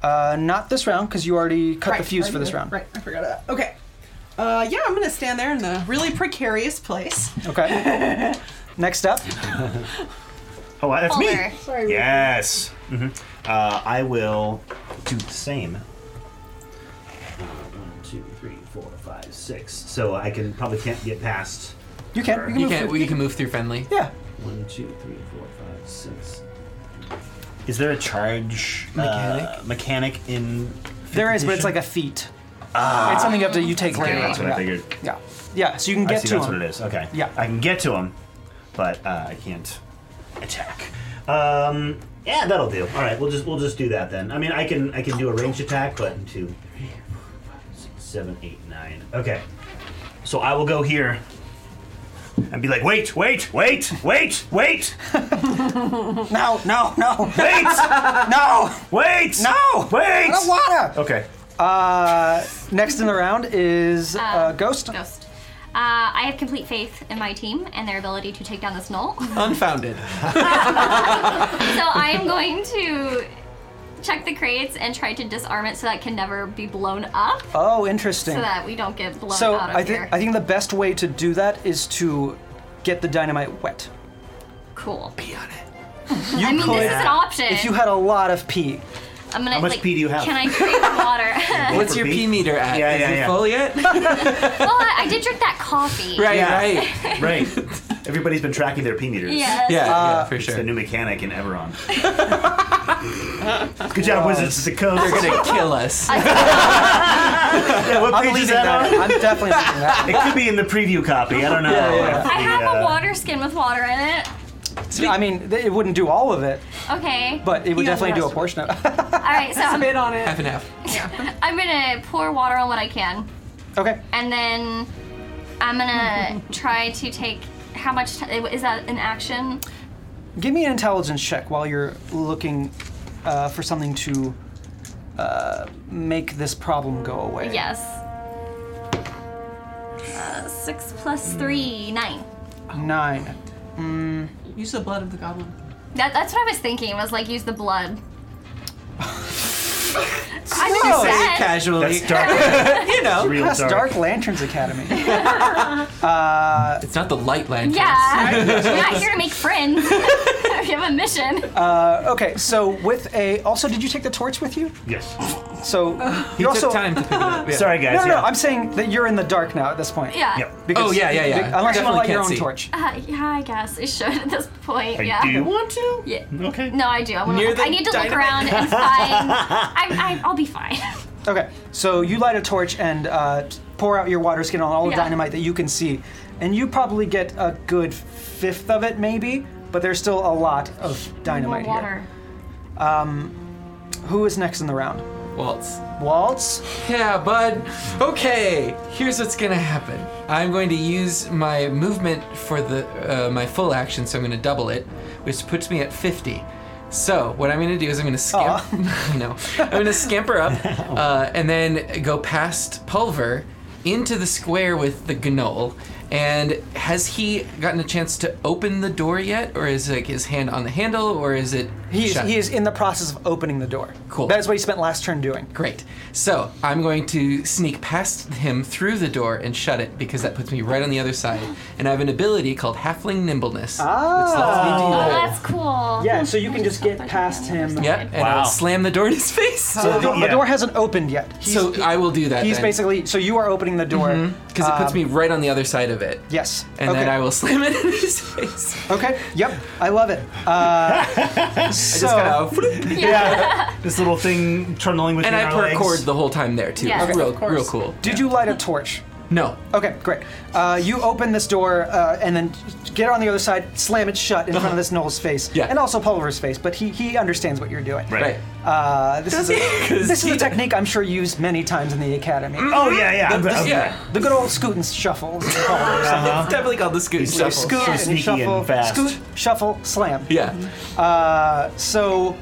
Uh, not this round because you already cut the fuse for this
right,
round.
Right, I forgot that. Okay. Uh, yeah, I'm gonna stand there in a really precarious place.
Okay. Next up,
Oh, that's me!
Folder.
Sorry.
Yes. hmm Uh, I will do the same. Uh, one, two, three, four, five, six. So I can probably can't get past.
you can. You can
you
move.
can
forward.
you can move through friendly
Yeah.
One, two, three, four, five, six. Is there a charge uh,
Mechanic?
mechanic in? fifth
There is, but it's
edition?
like a feat. it's something you have to you take later.
Okay, Ah. that's what
yeah.
I figured.
Yeah. Yeah. So you can
I
get
see.
to
That's
him.
what it is. Okay.
Yeah.
I can get to him, but uh, I can't attack. Um, yeah, that'll do. All right, we'll just we'll just do that then. I mean, I can I can do a range attack, but one, two, three, four, five, six, seven, eight, nine. Okay. So I will go here and be like, wait, wait, wait, wait, wait,
No. No. No.
wait,
no.
wait,
No!
wait.
The water.
Okay.
Uh, next in the round is uh, Ghost.
Ghost. Uh, I have complete faith in my team and their ability to take down this null.
Unfounded.
So I am going to check the crates and try to disarm it so that it can never be blown up, so
Oh, interesting.
that we don't get blown
So
out of
I think
here.
I think the best way to do that is to get the dynamite wet.
cool.
You
I mean,
could,
this is an option.
if you had a lot of pee.
I'm gonna,
How much
like,
pee do you have?
Can I drink water?
What's
for
your
beef?
pee meter at?
Yeah,
Is
yeah,
it
yeah.
full yet?
well, I, I did drink that coffee.
right,
Yeah.
right.
Right. Everybody's been tracking their pee meters.
Yes.
Yeah, yeah,
Uh,
for
It's the
sure.
new mechanic in Everon. Good job, Wizards of the Coast.
They're gonna kill us.
Yeah, what
I'm
page
leaving
is that
that.
on?
I'm definitely leaving that.
It could be in the preview copy. I don't know.
Yeah, yeah.
if
I
the,
have a
uh,
water skin with water in it.
I mean, th- it wouldn't do all of it,
Okay.
but it would
Yeah,
definitely
the
do a
rest
portion of it.
All right. So I'm,
Spit on it.
Half and half.
I'm gonna pour water on what I can,
okay.
and then I'm gonna try to take. How much t- is that an action?
Give me an intelligence check while you're looking uh, for something to uh, make this problem go away.
Yes. Uh, six plus three, nine.
Nine.
Use the blood of the goblin.
That, that's what I was thinking. Was like use the blood. I
Say it
said-
Casually.
That's dark.
you know.
Real
That's
dark.
Dark Lanterns Academy.
It's not the light lanterns.
Yeah, we're not here to make friends. we have a mission.
okay, so with a. Also, did you take the torch with you?
Yes.
So
He took
you also.
time to pick it up. yeah.
Sorry, guys.
No, no,
yeah.
no. I'm saying that you're in the dark now at this point.
yeah.
Yep.
Oh, yeah, yeah, yeah.
Unless you want
Definitely
to light your
can't
own
see.
torch.
Uh, yeah, I guess it should at this point.
I
yeah.
do you want to?
Yeah.
Okay.
No, I do. I, wanna
Near
look,
the
I need to look
dynamite.
around and find. I'm, I, I'll be fine.
Okay, so you light a torch and uh, pour out your water skin on all the
Yeah.
dynamite that you can see, and you probably get a good fifth of it, maybe. But there's still a lot of
More
dynamite
water.
here. Who is next in the round?
Waltz.
Waltz.
Yeah, bud. Okay, here's what's gonna happen. I'm going to use my movement for the uh, my full action, so I'm gonna double it, which puts me at 50. So what I'm gonna do is I'm gonna scamper. no, I'm gonna scamper up, uh, and then go past Pulver into the square with the gnoll. And has he gotten a chance to open the door yet, or is like his hand on the handle, or is it?
He is,
shut?
he is in the process of opening the door.
Cool.
That is what he spent last turn doing.
Great. So I'm going to sneak past him through the door and shut it because that puts me right on the other side. And I have an ability called Halfling Nimbleness.
Oh,
Ah.
that's cool.
Yeah, so you can just get past him.
Yep. And
Wow.
I'll slam the door in his face.
So the, door, the
Yeah.
door hasn't opened yet. He's,
so I will do that.
he's
then,
basically so you are opening the door.
because it puts me right on the other side of it.
Yes.
And
okay. Oh.
then I will slam it in his face.
Okay. Yep. I love it. Uh, so
Just kind of,
Yeah. this little thing tunneling with
and I
our
pour
legs.
cord the whole time there too.
Yeah.
It's
Okay.
real, real cool.
did you light a torch?
No.
Okay, great. Uh, you open this door uh, and then get on the other side, slam it shut in front of this Noel's face,
Yeah.
and also Pulver's face. But he he understands what you're doing.
Right.
Right.
Uh, this is a,
'Cause
this is
he-
a technique I'm sure used many times in the academy.
Oh yeah, yeah. I'm- I'm-
Yeah.
The good old scoot and shuffle. is what they call it or something.
Uh-huh.
It's definitely called the scoot.
So
shuffle.
Scoot
So
and
sneaky
shuffle,
and fast.
scoot, shuffle, slam.
Yeah.
Uh, so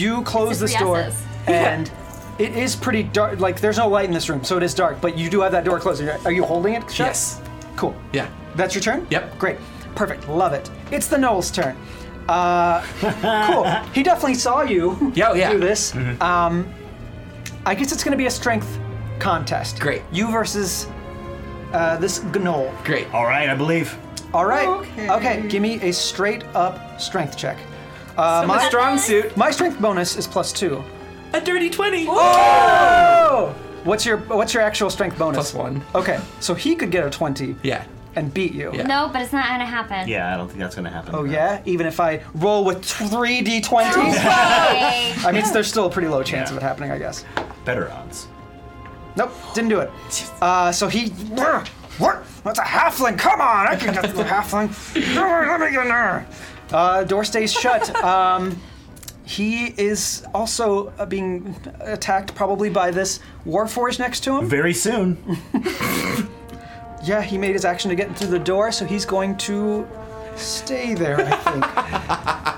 you close
It's
this
a
door,
Prius's.
and it is pretty dark. Like there's no light in this room, so it is dark. But you do have that door closed. Are you holding it shut?
Yes.
Cool.
Yeah.
That's your turn?
Yep.
Great. Perfect. Love it. It's the Noel's turn. Uh, cool. He definitely saw you
Yeah, oh, yeah.
do this. Um, I guess it's going to be a strength contest.
Great.
You versus uh, this Gnoll.
Great.
All right, I believe.
All right.
Okay.
give me a straight up strength check. Uh,
My
my,
strong suit.
my strength bonus is plus two.
A dirty twenty.
Oh! What's your what's your actual strength bonus?
Plus one.
Okay, so he could get a twenty
Yeah.
and beat you.
Yeah.
No, but it's not gonna happen.
Yeah, I don't think that's gonna happen. Uh,
Oh yeah, even if I roll with three d20s,
Okay.
I mean there's still a pretty low chance
Yeah.
of it happening, I guess.
Better odds.
Nope, didn't do it. Uh, so he. What? That's a halfling. Come on, I can get the halfling. Let me get in there. Uh, door stays shut. Um, he is also uh, being attacked, probably by this warforge next to him.
Very soon.
Yeah, he made his action to get through the door, so he's going to stay there. I think.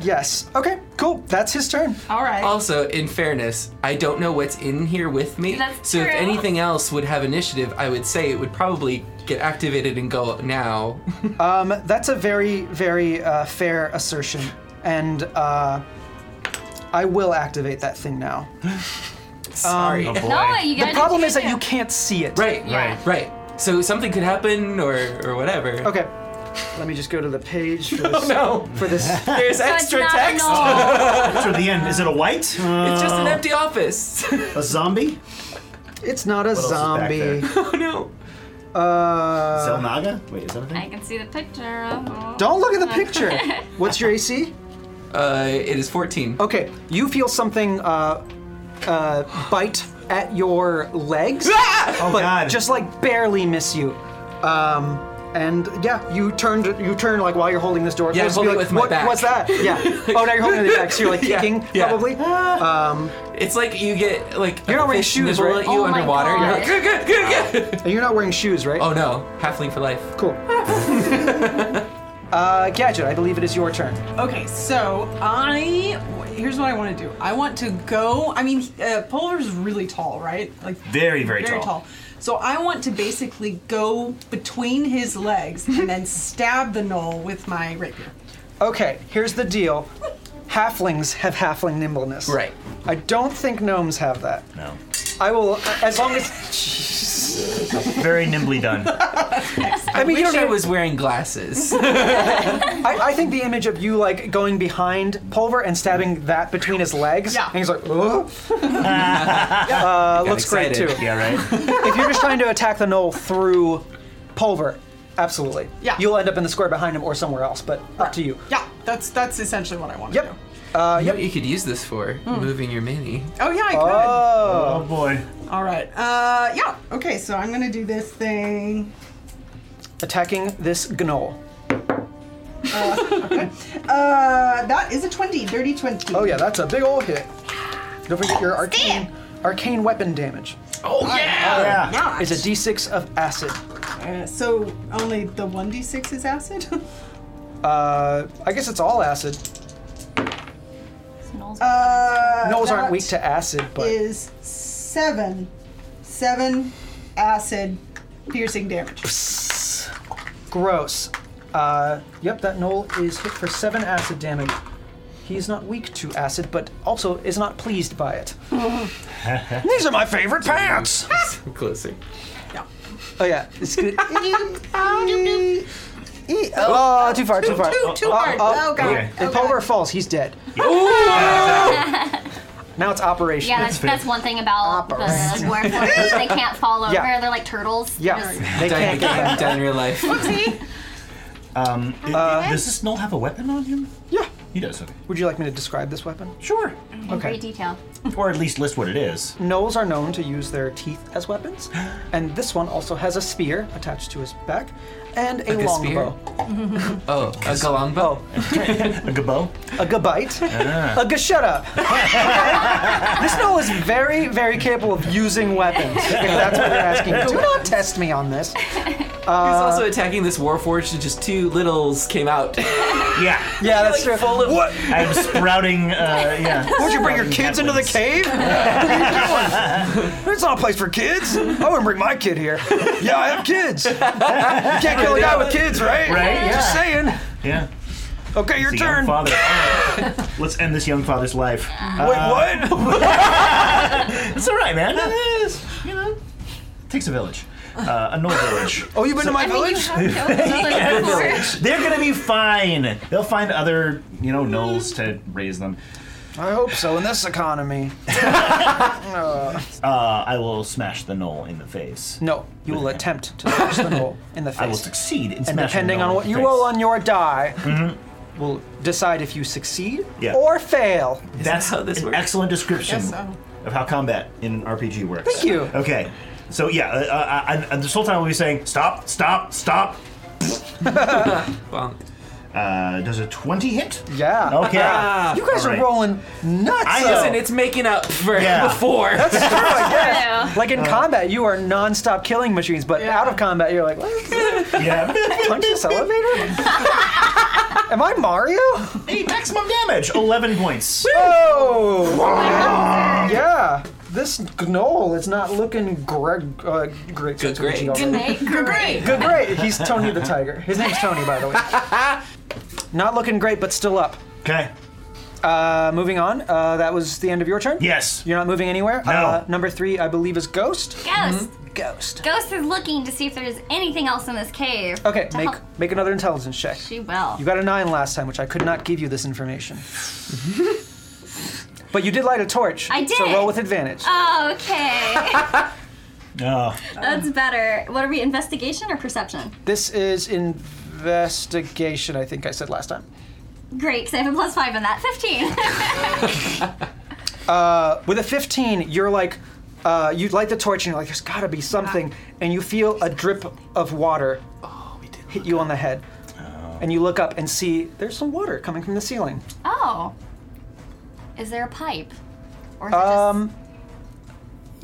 Yes. Okay, cool. That's his turn.
All right.
Also, in fairness, I don't know what's in here with me.
That's
so if
true.
anything else would have initiative, I would say it would probably get activated and go now.
Um, that's a very, very uh, fair assertion. And uh, I will activate that thing now.
Sorry.
Oh, boy.
No, you
The
gotta
problem
do
is that
it.
you can't see it.
Um, right,
Yeah.
right, right. So something could happen or or whatever.
Okay. Let me just go to the page for
Oh
this.
no.
For this.
There's
So it's
extra
not a
text.
no.
That's at the end. Is it a white?
It's just an
Oh.
Uh,
empty office.
A zombie?
It's not a
is back
zombie.
oh no.
Uh,
Zelnaga? Wait, is that a
I
thing?
can see the picture. Oh.
don't look at the picture. What's your AC?
Uh, it is 14.
Okay, you feel something uh, uh, bite at your legs,
Oh
but
god.
just like barely miss you. Um, and yeah, you turned. You turn like while you're holding this door.
Yeah,
Just
I'm
be
holding it with
like,
my
"What-
back."
What's that? Yeah. Oh, now you're holding it with your back. So you're like
Yeah,
kicking,
yeah.
probably. Um,
It's like you get like
You're not wearing
fish and
shoes,
they roll
right?
at you
Oh my
underwater. You're like,
God.
"Good, good, good, good."
and you're not wearing shoes, right?
Oh no, halfling for life.
cool. uh, Gadget, I believe it is your turn.
Okay, so I here's what I want to do. I want to go. I mean, uh, Pulver's really tall, right? Like
Very, very
very
tall.
tall. So I want to basically go between his legs and then stab the knoll with my rapier.
Okay, here's the deal. Halflings have halfling nimbleness.
Right.
I don't think gnomes have that.
No.
I will, as long as.
Very nimbly done.
I mean, you
Wish
don't
I
need-
was wearing glasses.
I, I think the image of you like going behind Pulver and stabbing that between his legs,
Yeah.
and he's like, "Ugh." uh, looks
excited.
great too. Uh,
yeah, right?
If you're just trying to attack the knoll through Pulver, absolutely.
Yeah.
You'll end up in the square behind him or somewhere else, but up to you.
Yeah, that's that's essentially what I want to
Yep.
do.
Uh,
You know
yep.
what you could use this for?
Hmm.
Moving your mini.
Oh yeah, I could.
Oh.
Oh boy.
All right. Uh, yeah. Okay, so I'm gonna do this thing.
Attacking this gnoll.
Uh, that is a twenty, dirty twenty.
Oh yeah, that's a big old hit. Don't forget your arcane
Uh,
arcane weapon damage.
Oh yeah!
Yeah.
Yeah.
It's a d6 of acid.
Uh, so only the one d six is acid.
Uh, I guess it's all acid.
uh,
Gnolls
that
aren't weak to acid, but
Is seven, seven acid piercing damage.
gross. Uh, yep, that knoll is hit for seven acid damage. He is not weak to acid, but also is not pleased by it. These are my favorite pants.
So closer.
Oh yeah, it's good. oh, too far, too far.
Too, too hard.
oh,
Oh, god.
okay.
If Pulver falls, he's dead. Now it's operation.
Yeah, that's, that's one thing about the
Operas.
dwarf They can't fall over.
Yeah.
They're like turtles. They're
Yeah,
just-
they
Done
can't
in
get
the game,
that.
done in real life.
Um, i- does this knoll have a weapon on him?
Yeah.
He does, okay.
Would you like me to describe this weapon?
Sure.
in Great detail.
Or at least list what it is.
Gnolls are known to use their teeth as weapons, and this one also has a spear attached to his back and a
Like a spear?
longbow.
Oh, a galongbo?
Oh,
A gabo?
a gabite. A g- shut up. this gnoll is very, very capable of using weapons, if that's what you're asking. Do not test me on this. oh,
He was
uh,
also attacking this warforged and just two littles came out.
Yeah.
Yeah, that's true.
Full of what?
I'm sprouting, uh, yeah.
Would you bring your kids into the cave? What are you doing? It's not a place for kids. I wouldn't bring my kid here. Yeah, I have kids. You can't kill a guy with kids, right?
Right, yeah.
Just saying.
Yeah.
Okay, your
It's a young
turn. Uh-huh.
father. Alright. Let's end this young father's life.
Wait, what?
It's all right, man. It is. You know, takes a village. Uh, a north village.
Oh, you've been to my village?
They're gonna be fine. They'll find other, you know, gnolls to raise them.
I hope so, in this economy.
Uh, I will smash the knoll in the face.
No, you will attempt to smash the roll in the face.
I will succeed in smashing.
and
the
depending
gnoll
on
in
what
the
you
face. Mm-hmm.
roll on your die, will decide if you succeed
Yeah.
or fail.
that's
how this
an
works?
excellent description
Guess so.
of how combat in an RPG works.
um, Thank you.
Okay, so yeah, uh, uh, I, I, this whole time I'll be saying stop, stop, stop.
Bonk.
Uh, does a twenty hit?
Yeah.
Okay.
You guys
All right.
are rolling nuts.
I
though.
know.
Listen, uh, it's making up for
Yeah.
before.
Hello.
Like
Uh.
in combat, you are non-stop killing machines, but out of combat, you're like, what?
Yeah.
punch this elevator? Am I Mario?
Hey, maximum damage! 11 points.
Oh! yeah. This gnoll is not looking Greg. Uh, great.
Good
great.
great.
Great, great.
Good great. He's Tony the Tiger. His name's Tony, by the way. not looking great, but still up.
Okay.
Uh, moving on. Uh, that was the end of your turn.
Yes.
You're not moving anywhere.
No.
Uh, number three, I believe, is Ghost.
Ghost.
Ghost.
Ghost is looking to see if there's anything else in this cave.
Okay,
to
make
help.
make another intelligence check.
She will.
You got a nine last time, which I could not give you this information. but you did light a torch.
I
So
did.
roll with advantage.
Oh, okay.
Oh.
That's better. What are we, investigation or perception?
This is investigation, I think I said last time.
Great, because I have a plus five on that. 15.
Uh, with a 15, you're like, uh, you light the torch and you're like, there's gotta be something. And you feel a drip of water hit you on the head. And you look up and see there's some water coming from the ceiling.
oh. Is there a pipe? Or is
Um,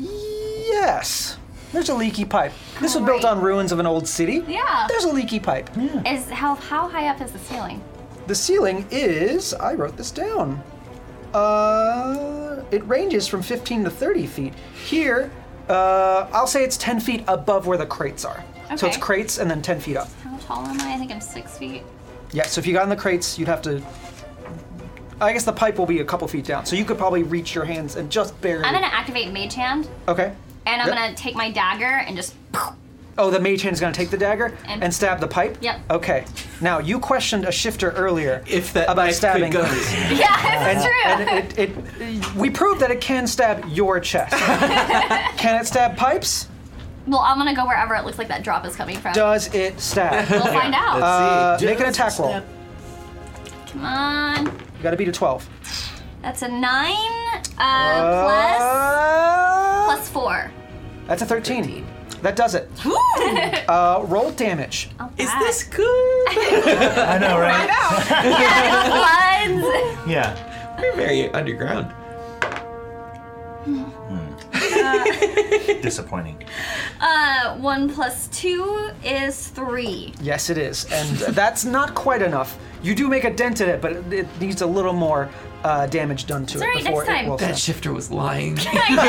yes. There's a leaky pipe. This was built
Great.
on ruins of an old city.
Yeah.
There's a leaky pipe.
it just, is how, how high up is the ceiling?
The ceiling is, I wrote this down. Uh, it ranges from 15 to 30 feet. Here, uh, I'll say it's 10 feet above where the crates are. So it's
Okay.
crates and then 10 feet up.
How tall am I? I think I'm six feet.
Yeah, so if you got in the crates, you'd have to. I guess the pipe will be a couple feet down, so you could probably reach your hands and just barely.
I'm going to activate Mage Hand,
Okay.
and I'm
Yep.
going to take my dagger and just.
Oh, the mage hand's gonna take the dagger and,
And-
stab the pipe?
Yep.
Okay. Now, you questioned a shifter earlier.
If that
About
knife
stabbing.
could go. It's
Yeah,
and,
it's true.
and it, it, we proved that it can stab your chest. can it stab pipes?
well, I'm going to go wherever it looks like that drop is coming from.
Does it stab?
We'll find out.
Uh, make an attack roll.
Come on.
You gotta beat a 12.
That's a nine uh, plus,
Uh,
plus four.
That's a 13. That does it. Uh, roll damage.
Oh.
Is this good?
I know, right?
Bloods.
Yeah.
We're very underground.
Disappointing.
Uh, one plus two is three.
Yes, it is. And that's not quite enough. You do make a dent in it, but it, it needs a little more uh, damage done to
It's
it
all right,
before
next time.
it will
That
stab.
shifter was lying.
I know.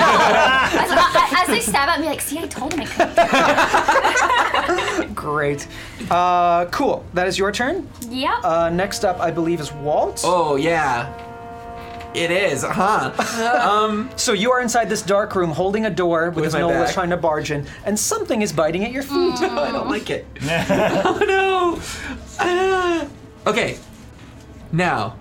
As, I- as they stab at me, like, see, I told him. I couldn't."
Great. Uh, cool. That is your turn.
Yep.
Uh, next up, I believe, is Walt.
Oh yeah. It is, uh-huh. huh?
So you are inside this dark room holding a door with
With
this
my
knoll that's
back.
trying to barge in, and something is biting at your feet.
I don't like it. oh no. Ah. Okay. Now,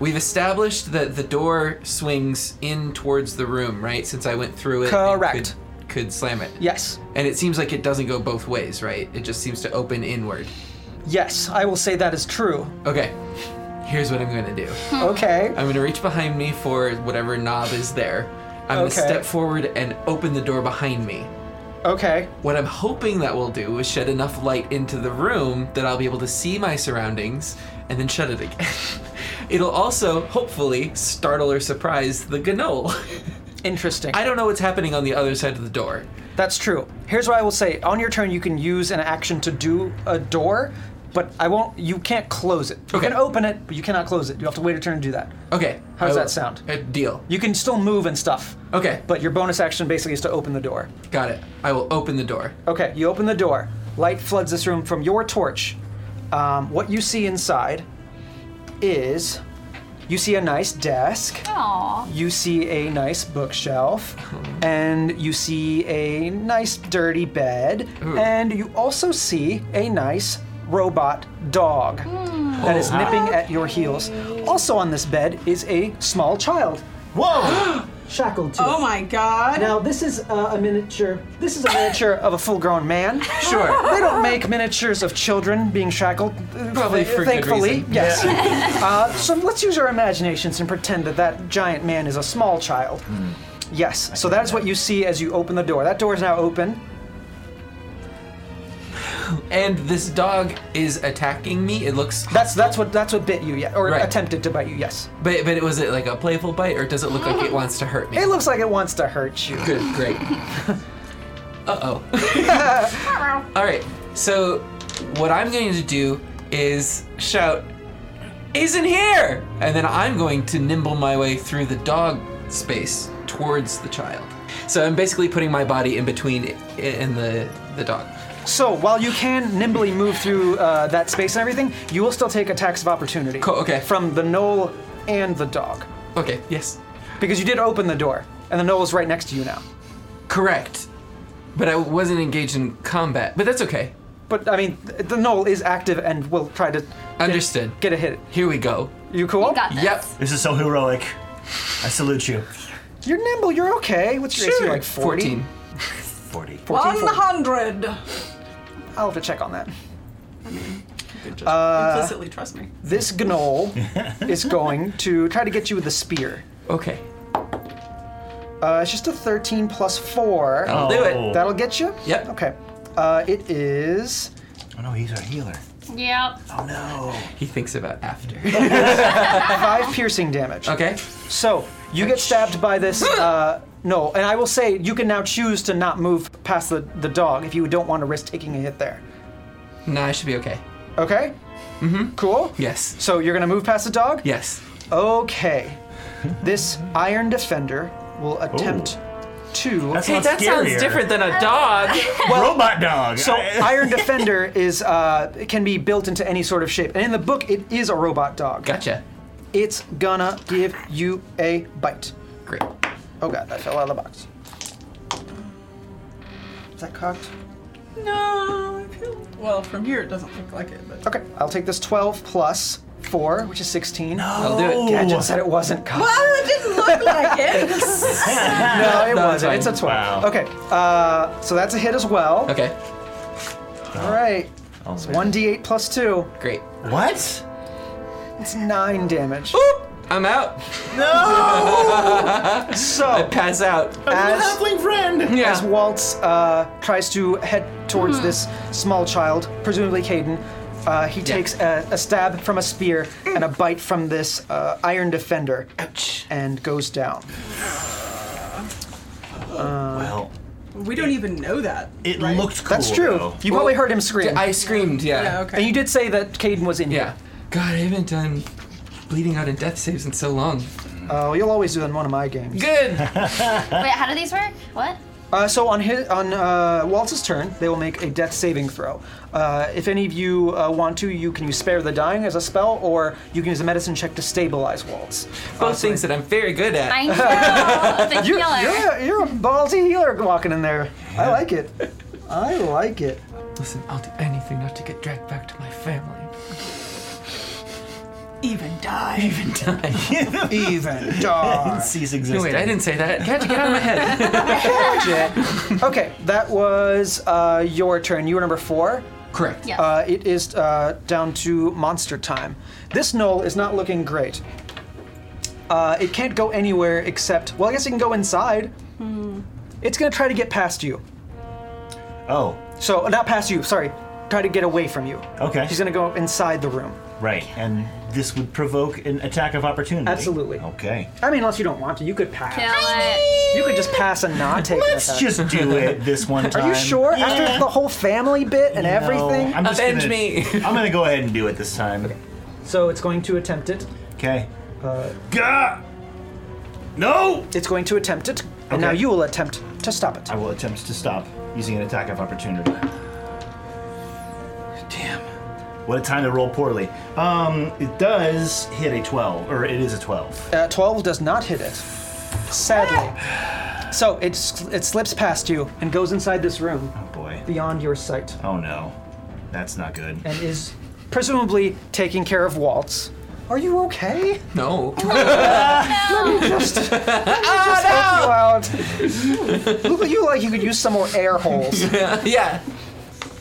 we've established that the door swings in towards the room, right? Since I went through it. and
Correct.
Could, could slam it.
Yes.
And it seems like it doesn't go both ways, right? It just seems to open inward.
Yes, I will say that is true.
Okay. Here's what I'm going to do.
Okay.
I'm gonna reach behind me for whatever knob is there. I'm gonna
Okay.
step forward and open the door behind me.
Okay.
What I'm hoping that will do is shed enough light into the room that I'll be able to see my surroundings and then shut it again. It'll also, hopefully, startle or surprise the gnoll.
Interesting.
I don't know what's happening on the other side of the door.
That's true. Here's what I will say. On your turn, you can use an action to do a door, but I won't. You can't close it. You
Okay.
can open it, but you cannot close it. You have to wait a turn to do that.
Okay.
How does
I-
that sound?
Uh, deal.
You can still move and stuff.
Okay.
But your bonus action basically is to open the door.
Got it. I will open the door.
Okay, you open the door. Light floods this room from your torch. Um, what you see inside is you see a nice desk,
Aw.
you see a nice bookshelf, and you see a nice dirty bed, and you also see a nice robot dog that is nipping at your heels. Also on this bed is a small child
Whoa!
shackled to it.
Oh my god.
Now this is uh, a miniature. This is a miniature of a full-grown man.
Sure.
They don't make miniatures of children being shackled. uh,
Probably
th-
for good
thankfully,
reason.
yes. uh, so let's use our imaginations and pretend that that giant man is a small child.
Hmm.
Yes. so that is what you see as you open the door. That door is now open.
And this dog is attacking me. It looks.
That's that's what that's what bit you, yeah, or
Right.
attempted to bite you. Yes.
But, but was it like a playful bite, or does it look like it wants to hurt me?
It looks like it wants to hurt you.
Good, great. uh oh. All right, so what I'm going to do is shout, isn't here! And then I'm going to nimble my way through the dog space towards the child. So I'm basically putting my body in between i- and the, the dog.
So while you can nimbly move through uh, that space and everything, you will still take attacks of opportunity.
Cool, Oh, okay.
From the knoll and the dog,
Okay, yes.
because you did open the door, and the knoll is right next to you now.
Correct. But I wasn't engaged in combat, but that's okay.
But I mean, th- the knoll is active and will try to
Understood.
get a hit.
Here we go.
You cool?
You got this.
Yep.
This is so heroic. I salute you.
You're nimble. You're okay. What's your AC? Like 40?
14.
40.
14, 40.
100!
I'll have to check on that.
Implicitly trust me.
This gnoll is going to try to get you with a spear.
Okay.
Uh, it's just a 13 plus 4.
I'll do it.
Oh.
That'll get you?
Yep.
Okay. Uh, it is
Oh no, he's our healer.
Yep.
Oh no.
He thinks about after.
Uh-huh.
5 piercing damage.
Okay.
So, you get stabbed by this. Uh, no, and I will say you can now choose to not move past the, the dog if you don't want to risk taking a hit there.
No, I should be okay.
Okay? Mm-hmm. Cool?
Yes.
So you're gonna move past the dog?
Yes.
Okay. This iron defender will attempt to.
That's
Hey,
not
that
scarier.
sounds different than a dog.
Robot dog.
So
I-
iron defender is uh, it can be built into any sort of shape, and in the book it is a robot dog.
gotcha.
It's gonna give you a bite.
Great.
Oh god, that fell out of the box. Is that cocked?
No, I feel. Well, from here it doesn't look like it, but.
Okay, I'll take this 12 plus four, which is 16. No.
I'll do it.
Gadget said it wasn't cocked.
Well, it didn't look like it!
No, it
No, it's
wasn't.
fine.
It's a 12.
Wow.
Okay, uh, so that's a hit as well.
Okay.
All right.
Oh, man.
1d8 plus 2.
Great.
What?
It's 9 damage.
Boop! I'm out.
So,
Pass out.
as,
friend.
Yeah.
as Waltz uh, tries to head towards this small child, presumably Caden, uh, he takes a, a stab from a spear and a bite from this uh, iron defender and goes down.
Well,
We don't even know that.
it
right?
looked cool.
That's true.
though.
You probably
Well,
heard him scream.
I screamed, yeah.
Yeah,
Yeah.
okay.
and you did say that Caden was in here.
God, I haven't done bleeding out and death saves in so long.
Oh, you'll always do that in one of my games.
Good.
Wait, how do these work? What?
Uh, so on his, on uh, Waltz's turn, they will make a death saving throw. Uh, if any of you uh, want to, you can use spare the dying as a spell, or you can use a medicine check to stabilize Waltz.
Both things that I'm very good at.
I know the
You're,
healer.
you're, a, you're a ballsy healer walking in there. I like it. I like it.
Listen, I'll do anything not to get dragged back to my family.
even die.
Even time.
Even dog.
Cease
No,
existing.
wait, I didn't say that. Gadget, get out of my head.
okay, that was uh, your turn. You were number four.
Correct.
Yeah.
Uh, it is uh, down to monster time. This knoll is not looking great. Uh, it can't go anywhere except, well, I guess it can go inside. It's gonna try to get past you.
Oh,
So, not past you, sorry. Try to get away from you.
Okay.
She's gonna go inside the room.
right. And this would provoke an attack of opportunity.
Absolutely.
Okay.
I mean, unless you don't want to, you could pass.
Kill it.
You could just pass and not take an
Let's
attack.
just do it this one time.
Are you sure?
Um, Yeah.
After the whole family bit and
No,
everything?
I'm just
Avenge
gonna-
me.
I'm gonna go ahead and do it this time. Okay.
So, it's going to attempt it. Uh,
Gah! No!
It's going to attempt it, and now
Okay.
you will attempt to stop it.
I will attempt to stop using an attack of opportunity. Damn. What a time to roll poorly. Um, it does hit a 12, or it is a 12.
Uh, 12 does not hit it. Sadly. So it, s- it slips past you and goes inside this room
Oh boy.
beyond your sight
Oh no. That's not good.
and is presumably taking care of Waltz. Are you okay?
No.
Ah,
Just help you out. Look at you like you could use some more air holes.
yeah.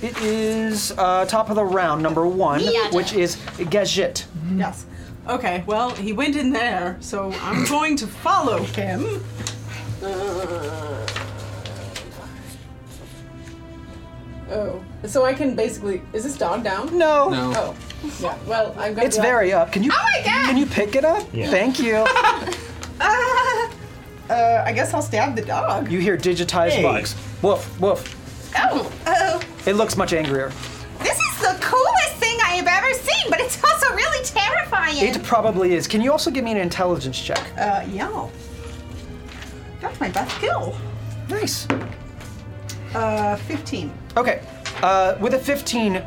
it is uh, top of the round, number one,
Gotcha.
which is Gadget.
Yes. Okay, well, he went in there, so I'm going to follow him. Uh, Oh, so I can basically. Is this dog down?
No.
No.
Oh, yeah. Well, I'm going
It's very up. Can you
Oh my God.
can you pick it up?
Yeah.
Thank you.
Ah, uh, I guess I'll stab the dog.
you hear digitized
Hey.
bugs. Woof, woof.
Oh, oh.
It looks much angrier.
This is the coolest thing I have ever seen, but it's also really terrifying.
It probably is. Can you also give me an intelligence check?
Uh, yeah. That's my best skill.
Nice.
Uh, 15.
Okay. Uh, with a 15,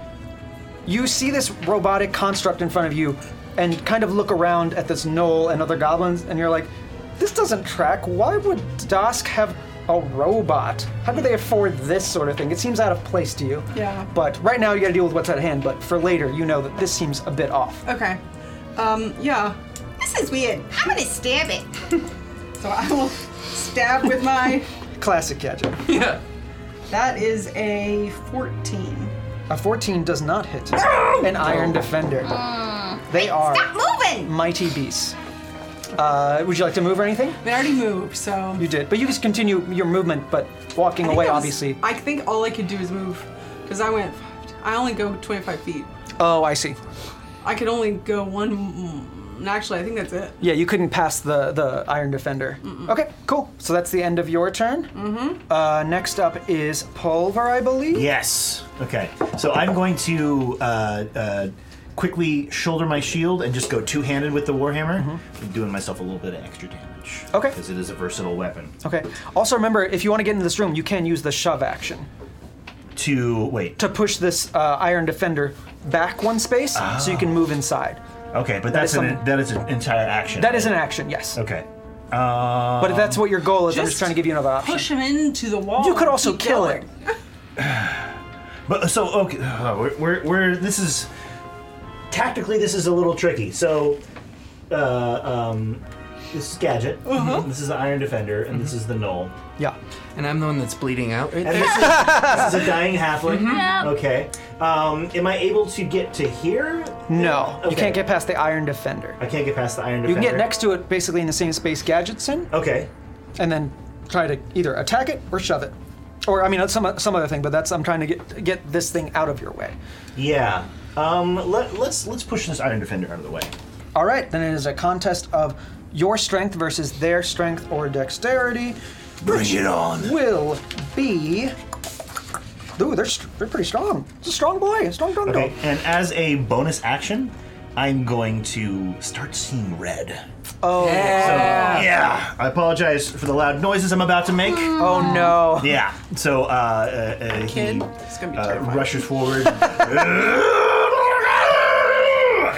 you see this robotic construct in front of you and kind of look around at this knoll and other goblins, and you're like, this doesn't track. Why would Dask have a robot? How do they afford this sort of thing? It seems out of place to you.
Yeah.
But right now, you gotta deal with what's at hand, but for later, you know that this seems a bit off.
Okay. Um, yeah.
This is weird.
I'm gonna stab it.
So I will stab with my.
Classic gadget.
Yeah.
That is a 14.
A 14 does not hit an Iron Defender.
Hmm.
They are
Moving.
mighty beasts. Uh, would you like to move or anything?
They already moved, so.
You did, but you just continue your movement, but walking away, obviously.
I think all I could do is move. Because I went. I only go 25 feet.
Oh, I see.
I could only go one. mm, Actually, I think that's it.
Yeah, you couldn't pass the the Iron Defender. Okay, cool. So that's the end of your turn. Mm-hmm. Uh, next up is Pulver, I believe.
Yes. Okay. So I'm going to uh, uh, quickly shoulder my shield and just go two-handed with the warhammer, I'm doing myself a little bit of extra damage.
Mm-hmm. Okay.
Because it is a versatile weapon.
Okay. Also, remember, if you want to get into this room, you can use the shove action
To wait.
to push this uh, Iron Defender back one space, so you can move inside.
Okay, but
is
that's an,
some-
that is an entire action.
That is an
right?
action, yes.
Okay. Uh,
But if that's what your goal is, I'm just
Just
trying to give you another option.
Push him into the wall.
You could also
Keep
kill
going.
it.
But so okay, uh, we're, we're, we're this is tactically this is a little tricky. So, uh, um, this is gadget.
Uh-huh.
Mm-hmm. This is the Iron Defender, and this is the Knoll.
Yeah.
And I'm the one that's bleeding out right
And
there.
this is, this is a dying halfling.
Mm-hmm.
Yep.
Okay. Um, am I able to get to here?
No, you
Okay.
can't get past the Iron Defender.
I can't get past the Iron Defender.
You can get next to it basically in the same space gadgets in,
Okay.
and then try to either attack it or shove it. Or I mean some some other thing, but that's I'm trying to get get this thing out of your way.
Yeah. Um, let, let's let's push this Iron Defender out of the way.
All right, then it is a contest of your strength versus their strength or dexterity.
Bring it on.
Will be. Ooh, they're st- they're pretty strong. It's a strong boy, a strong dog.
Okay. And as a bonus action, I'm going to start seeing red.
Oh,
Yeah, I apologize for the loud noises I'm about to make.
oh no.
Yeah, so uh, uh, uh,
Mm. Kid,
he
it's gonna be
uh,
terrifying.
rushes forward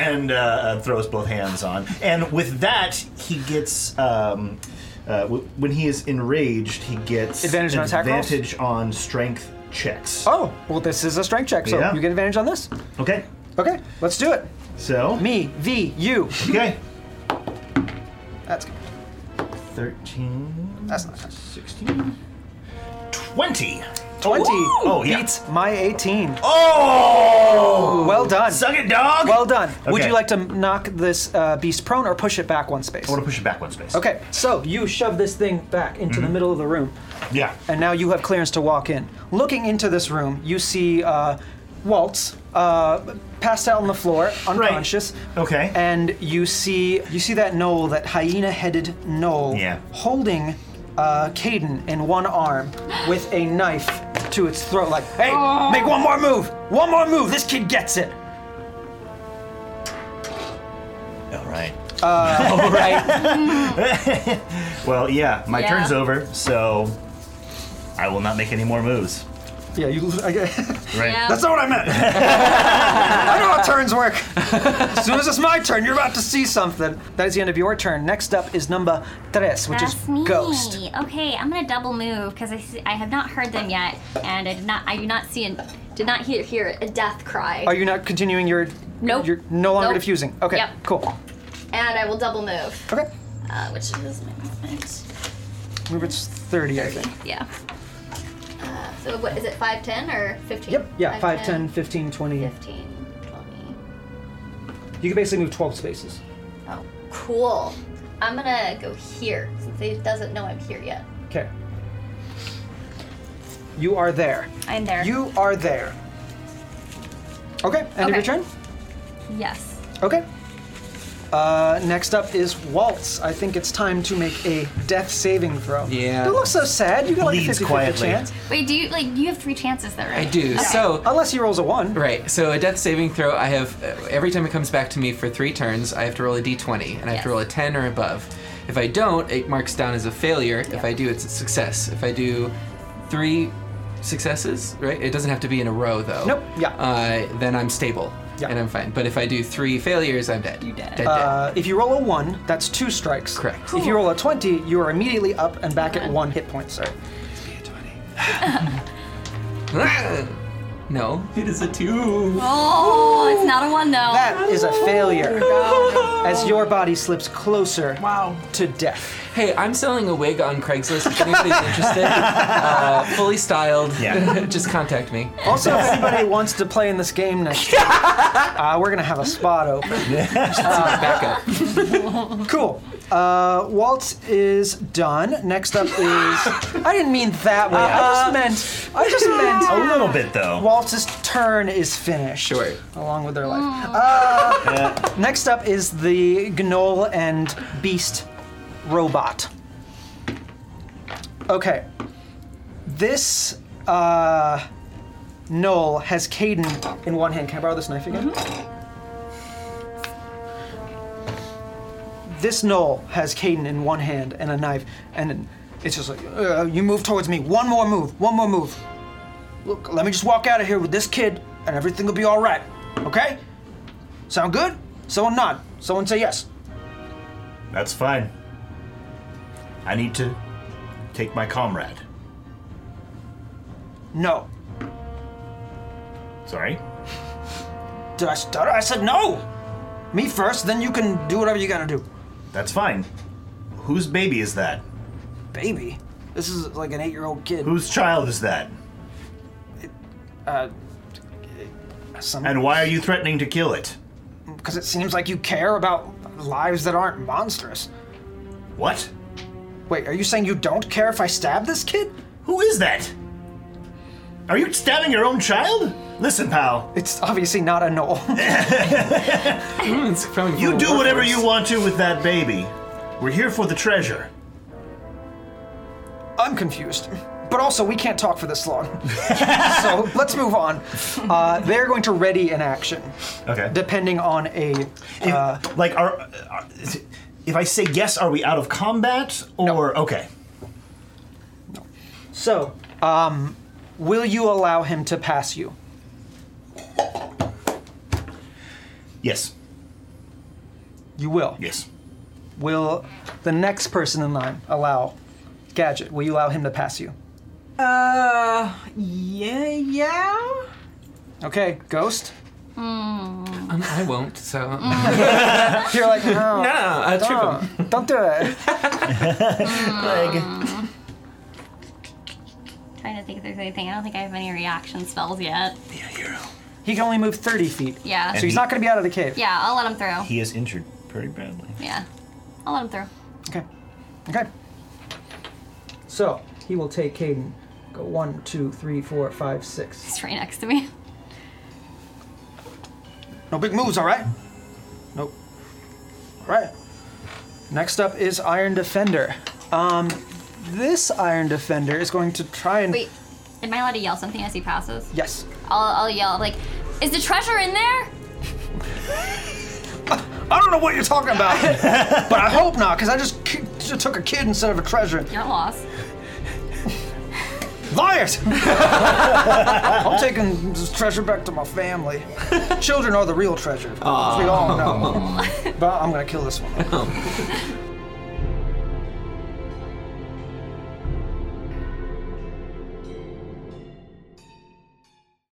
and uh, uh, throws both hands on. And with that, he gets. Um, uh, w- when he is enraged, he gets
Advantage on attack rolls?
advantage on strength checks.
Oh, well, this is a strength check, so
Yeah.
you get advantage on this.
Okay,
Okay, let's do it.
so
Me, V, you.
Okay,
That's good.
thirteen,
That's not good.
sixteen, twenty.
20
Oh, yeah.
beats my 18.
Oh!
Well done.
Suck it, dog!
Well done. Would
Okay.
you like to knock this uh, beast prone or push it back one space?
I want to push it back one space.
Okay, so you shove this thing back into
Mm-hmm.
the middle of the room,
Yeah.
and now you have clearance to walk in. Looking into this room, you see uh, Waltz uh, passed out on the floor, unconscious.
Okay.
And you see you see that knoll, that hyena-headed knoll,
Yeah.
holding uh, Caden in one arm with a knife to its throat, like, "Hey,
Oh.
make one more move, one more move. This kid gets it."
All right.
All right.
Well, yeah, my
Yeah.
turn's over, so I will not make any more moves.
yeah, you. I guess.
Right.
Yeah.
That's not what I meant.
I know how turns work. As soon as it's my turn, you're about to see something. That is the end of your turn. Next up is number tres, which
That's
is
me.
ghost.
Okay, I'm gonna double move because I see, I have not heard them yet, and I did not I do not see an did not hear hear a death cry.
Are you not continuing your?
Nope.
You're no longer
Nope.
diffusing. Okay.
Yep.
Cool.
and I will double move,
Okay.
uh, which is my movement.
Movement's thirty, I think.
Yeah. Uh, so what is it? Five ten or fifteen?
Yep. Yeah. 5, 10,
10,
15, 20.
15, 20.
You can basically move twelve spaces.
Oh, cool. I'm gonna go here since it doesn't know I'm here yet.
Okay. You are there.
I'm there.
You are there. Okay. End of
Okay.
your turn.
Yes.
Okay. Uh, next up is Waltz. I think it's time to make a death saving throw.
Yeah.
Don't look so sad. You got like a
Bleeds
50
quietly.
chance.
Wait, do you like you have three chances though,
I
right?
do. So
Unless he rolls a one.
Right. So a death saving throw. I have uh, every time it comes back to me for three turns, I have to roll a d20, and I have to
Yes.
roll a 10 or above. If I don't, it marks down as a failure. If I do, it's a success. If I do three successes, right? It doesn't have to be in a row though.
Nope, yeah.
Uh, then I'm stable.
Yeah.
And I'm fine. But if I do three failures, I'm dead. You
dead.
Dead.
Uh, if you roll a one, that's two strikes.
Correct.
If you roll a 20, you are immediately up and back at one hit point, sir.
dead. no, it is a two.
Oh, it's not a one though.
That is a failure. As your body slips closer
Wow.
to death.
Hey, I'm selling a wig on Craigslist. If anybody's interested, uh, fully styled,
Yeah.
just contact me.
Also, if anybody wants to play in this game next year, uh, we're going to have a spot open.
Backup.
Cool. Uh, Waltz is done. Next up is. I didn't mean that way. I just meant. I just meant.
A little bit though.
Waltz's turn is finished.
Sure.
Along with their life. Uh, next up is the Gnoll and Beast robot. Okay. This uh, Gnoll has Caden in one hand. Can I borrow this knife again? This Gnoll has Caden in one hand and a knife, and it's just like, uh, you move towards me. One more move. One more move look, let me just walk out of here with this kid and everything will be all right. Okay? Sound good? Someone nod. Someone say yes.
That's fine. I need to take my comrade.
No.
Sorry.
Did I stutter? I said no! Me first, then you can do whatever you gotta do.
That's fine. Whose baby is that?
Baby, this is like an eight year old kid.
Whose child is that?
Uh, some,
And why are you threatening to kill it?
because it seems like you care about lives that aren't monstrous.
What?
Wait, are you saying you don't care if I stab this kid?
Who is that? Are you stabbing your own child? Listen, pal.
It's obviously not a no.
It's from-
You
from
do
a
whatever
workhorse.
you want to with that baby. We're here for the treasure.
I'm confused. But also, we can't talk for this long. so let's move on. Uh, they're going to ready an action,
Okay.
depending on a.
If-
Uh,
like, are, are- is it- if I say yes, are we out of combat or okay?
So, um, will you allow him to pass you?
Yes.
You will.
Yes.
Will the next person in line allow Gadget? Will you allow him to pass you?
Uh, yeah, yeah.
Okay, Ghost.
Um, I won't. So uh,
You're like, no,
no, uh, trip
no,
him.
don't do it.
trying to think if there's anything. I don't think I have any reaction spells yet.
Be a hero.
He can only move 30 feet,
Yeah.
so he's not going to be out of the cave.
yeah, I'll let him through.
He is injured pretty badly.
Yeah. I'll let him through.
Okay. Okay. So he will take Caden. Go one, two, three, four, five, six.
He's right next to me.
No big moves, all right? Nope. All right. Next up is Iron Defender. Um, this Iron Defender is going to try and.
Wait, am I allowed to yell something as he passes?
Yes.
I'll, I'll yell like, "Is the treasure in there?"
I don't know what you're talking about, but I hope not, because I just, ki- just took a kid instead of a treasure.
You're at loss.
Liars! I'm taking this treasure back to my family. Children are the real treasure. as we all know. But I'm gonna kill this one.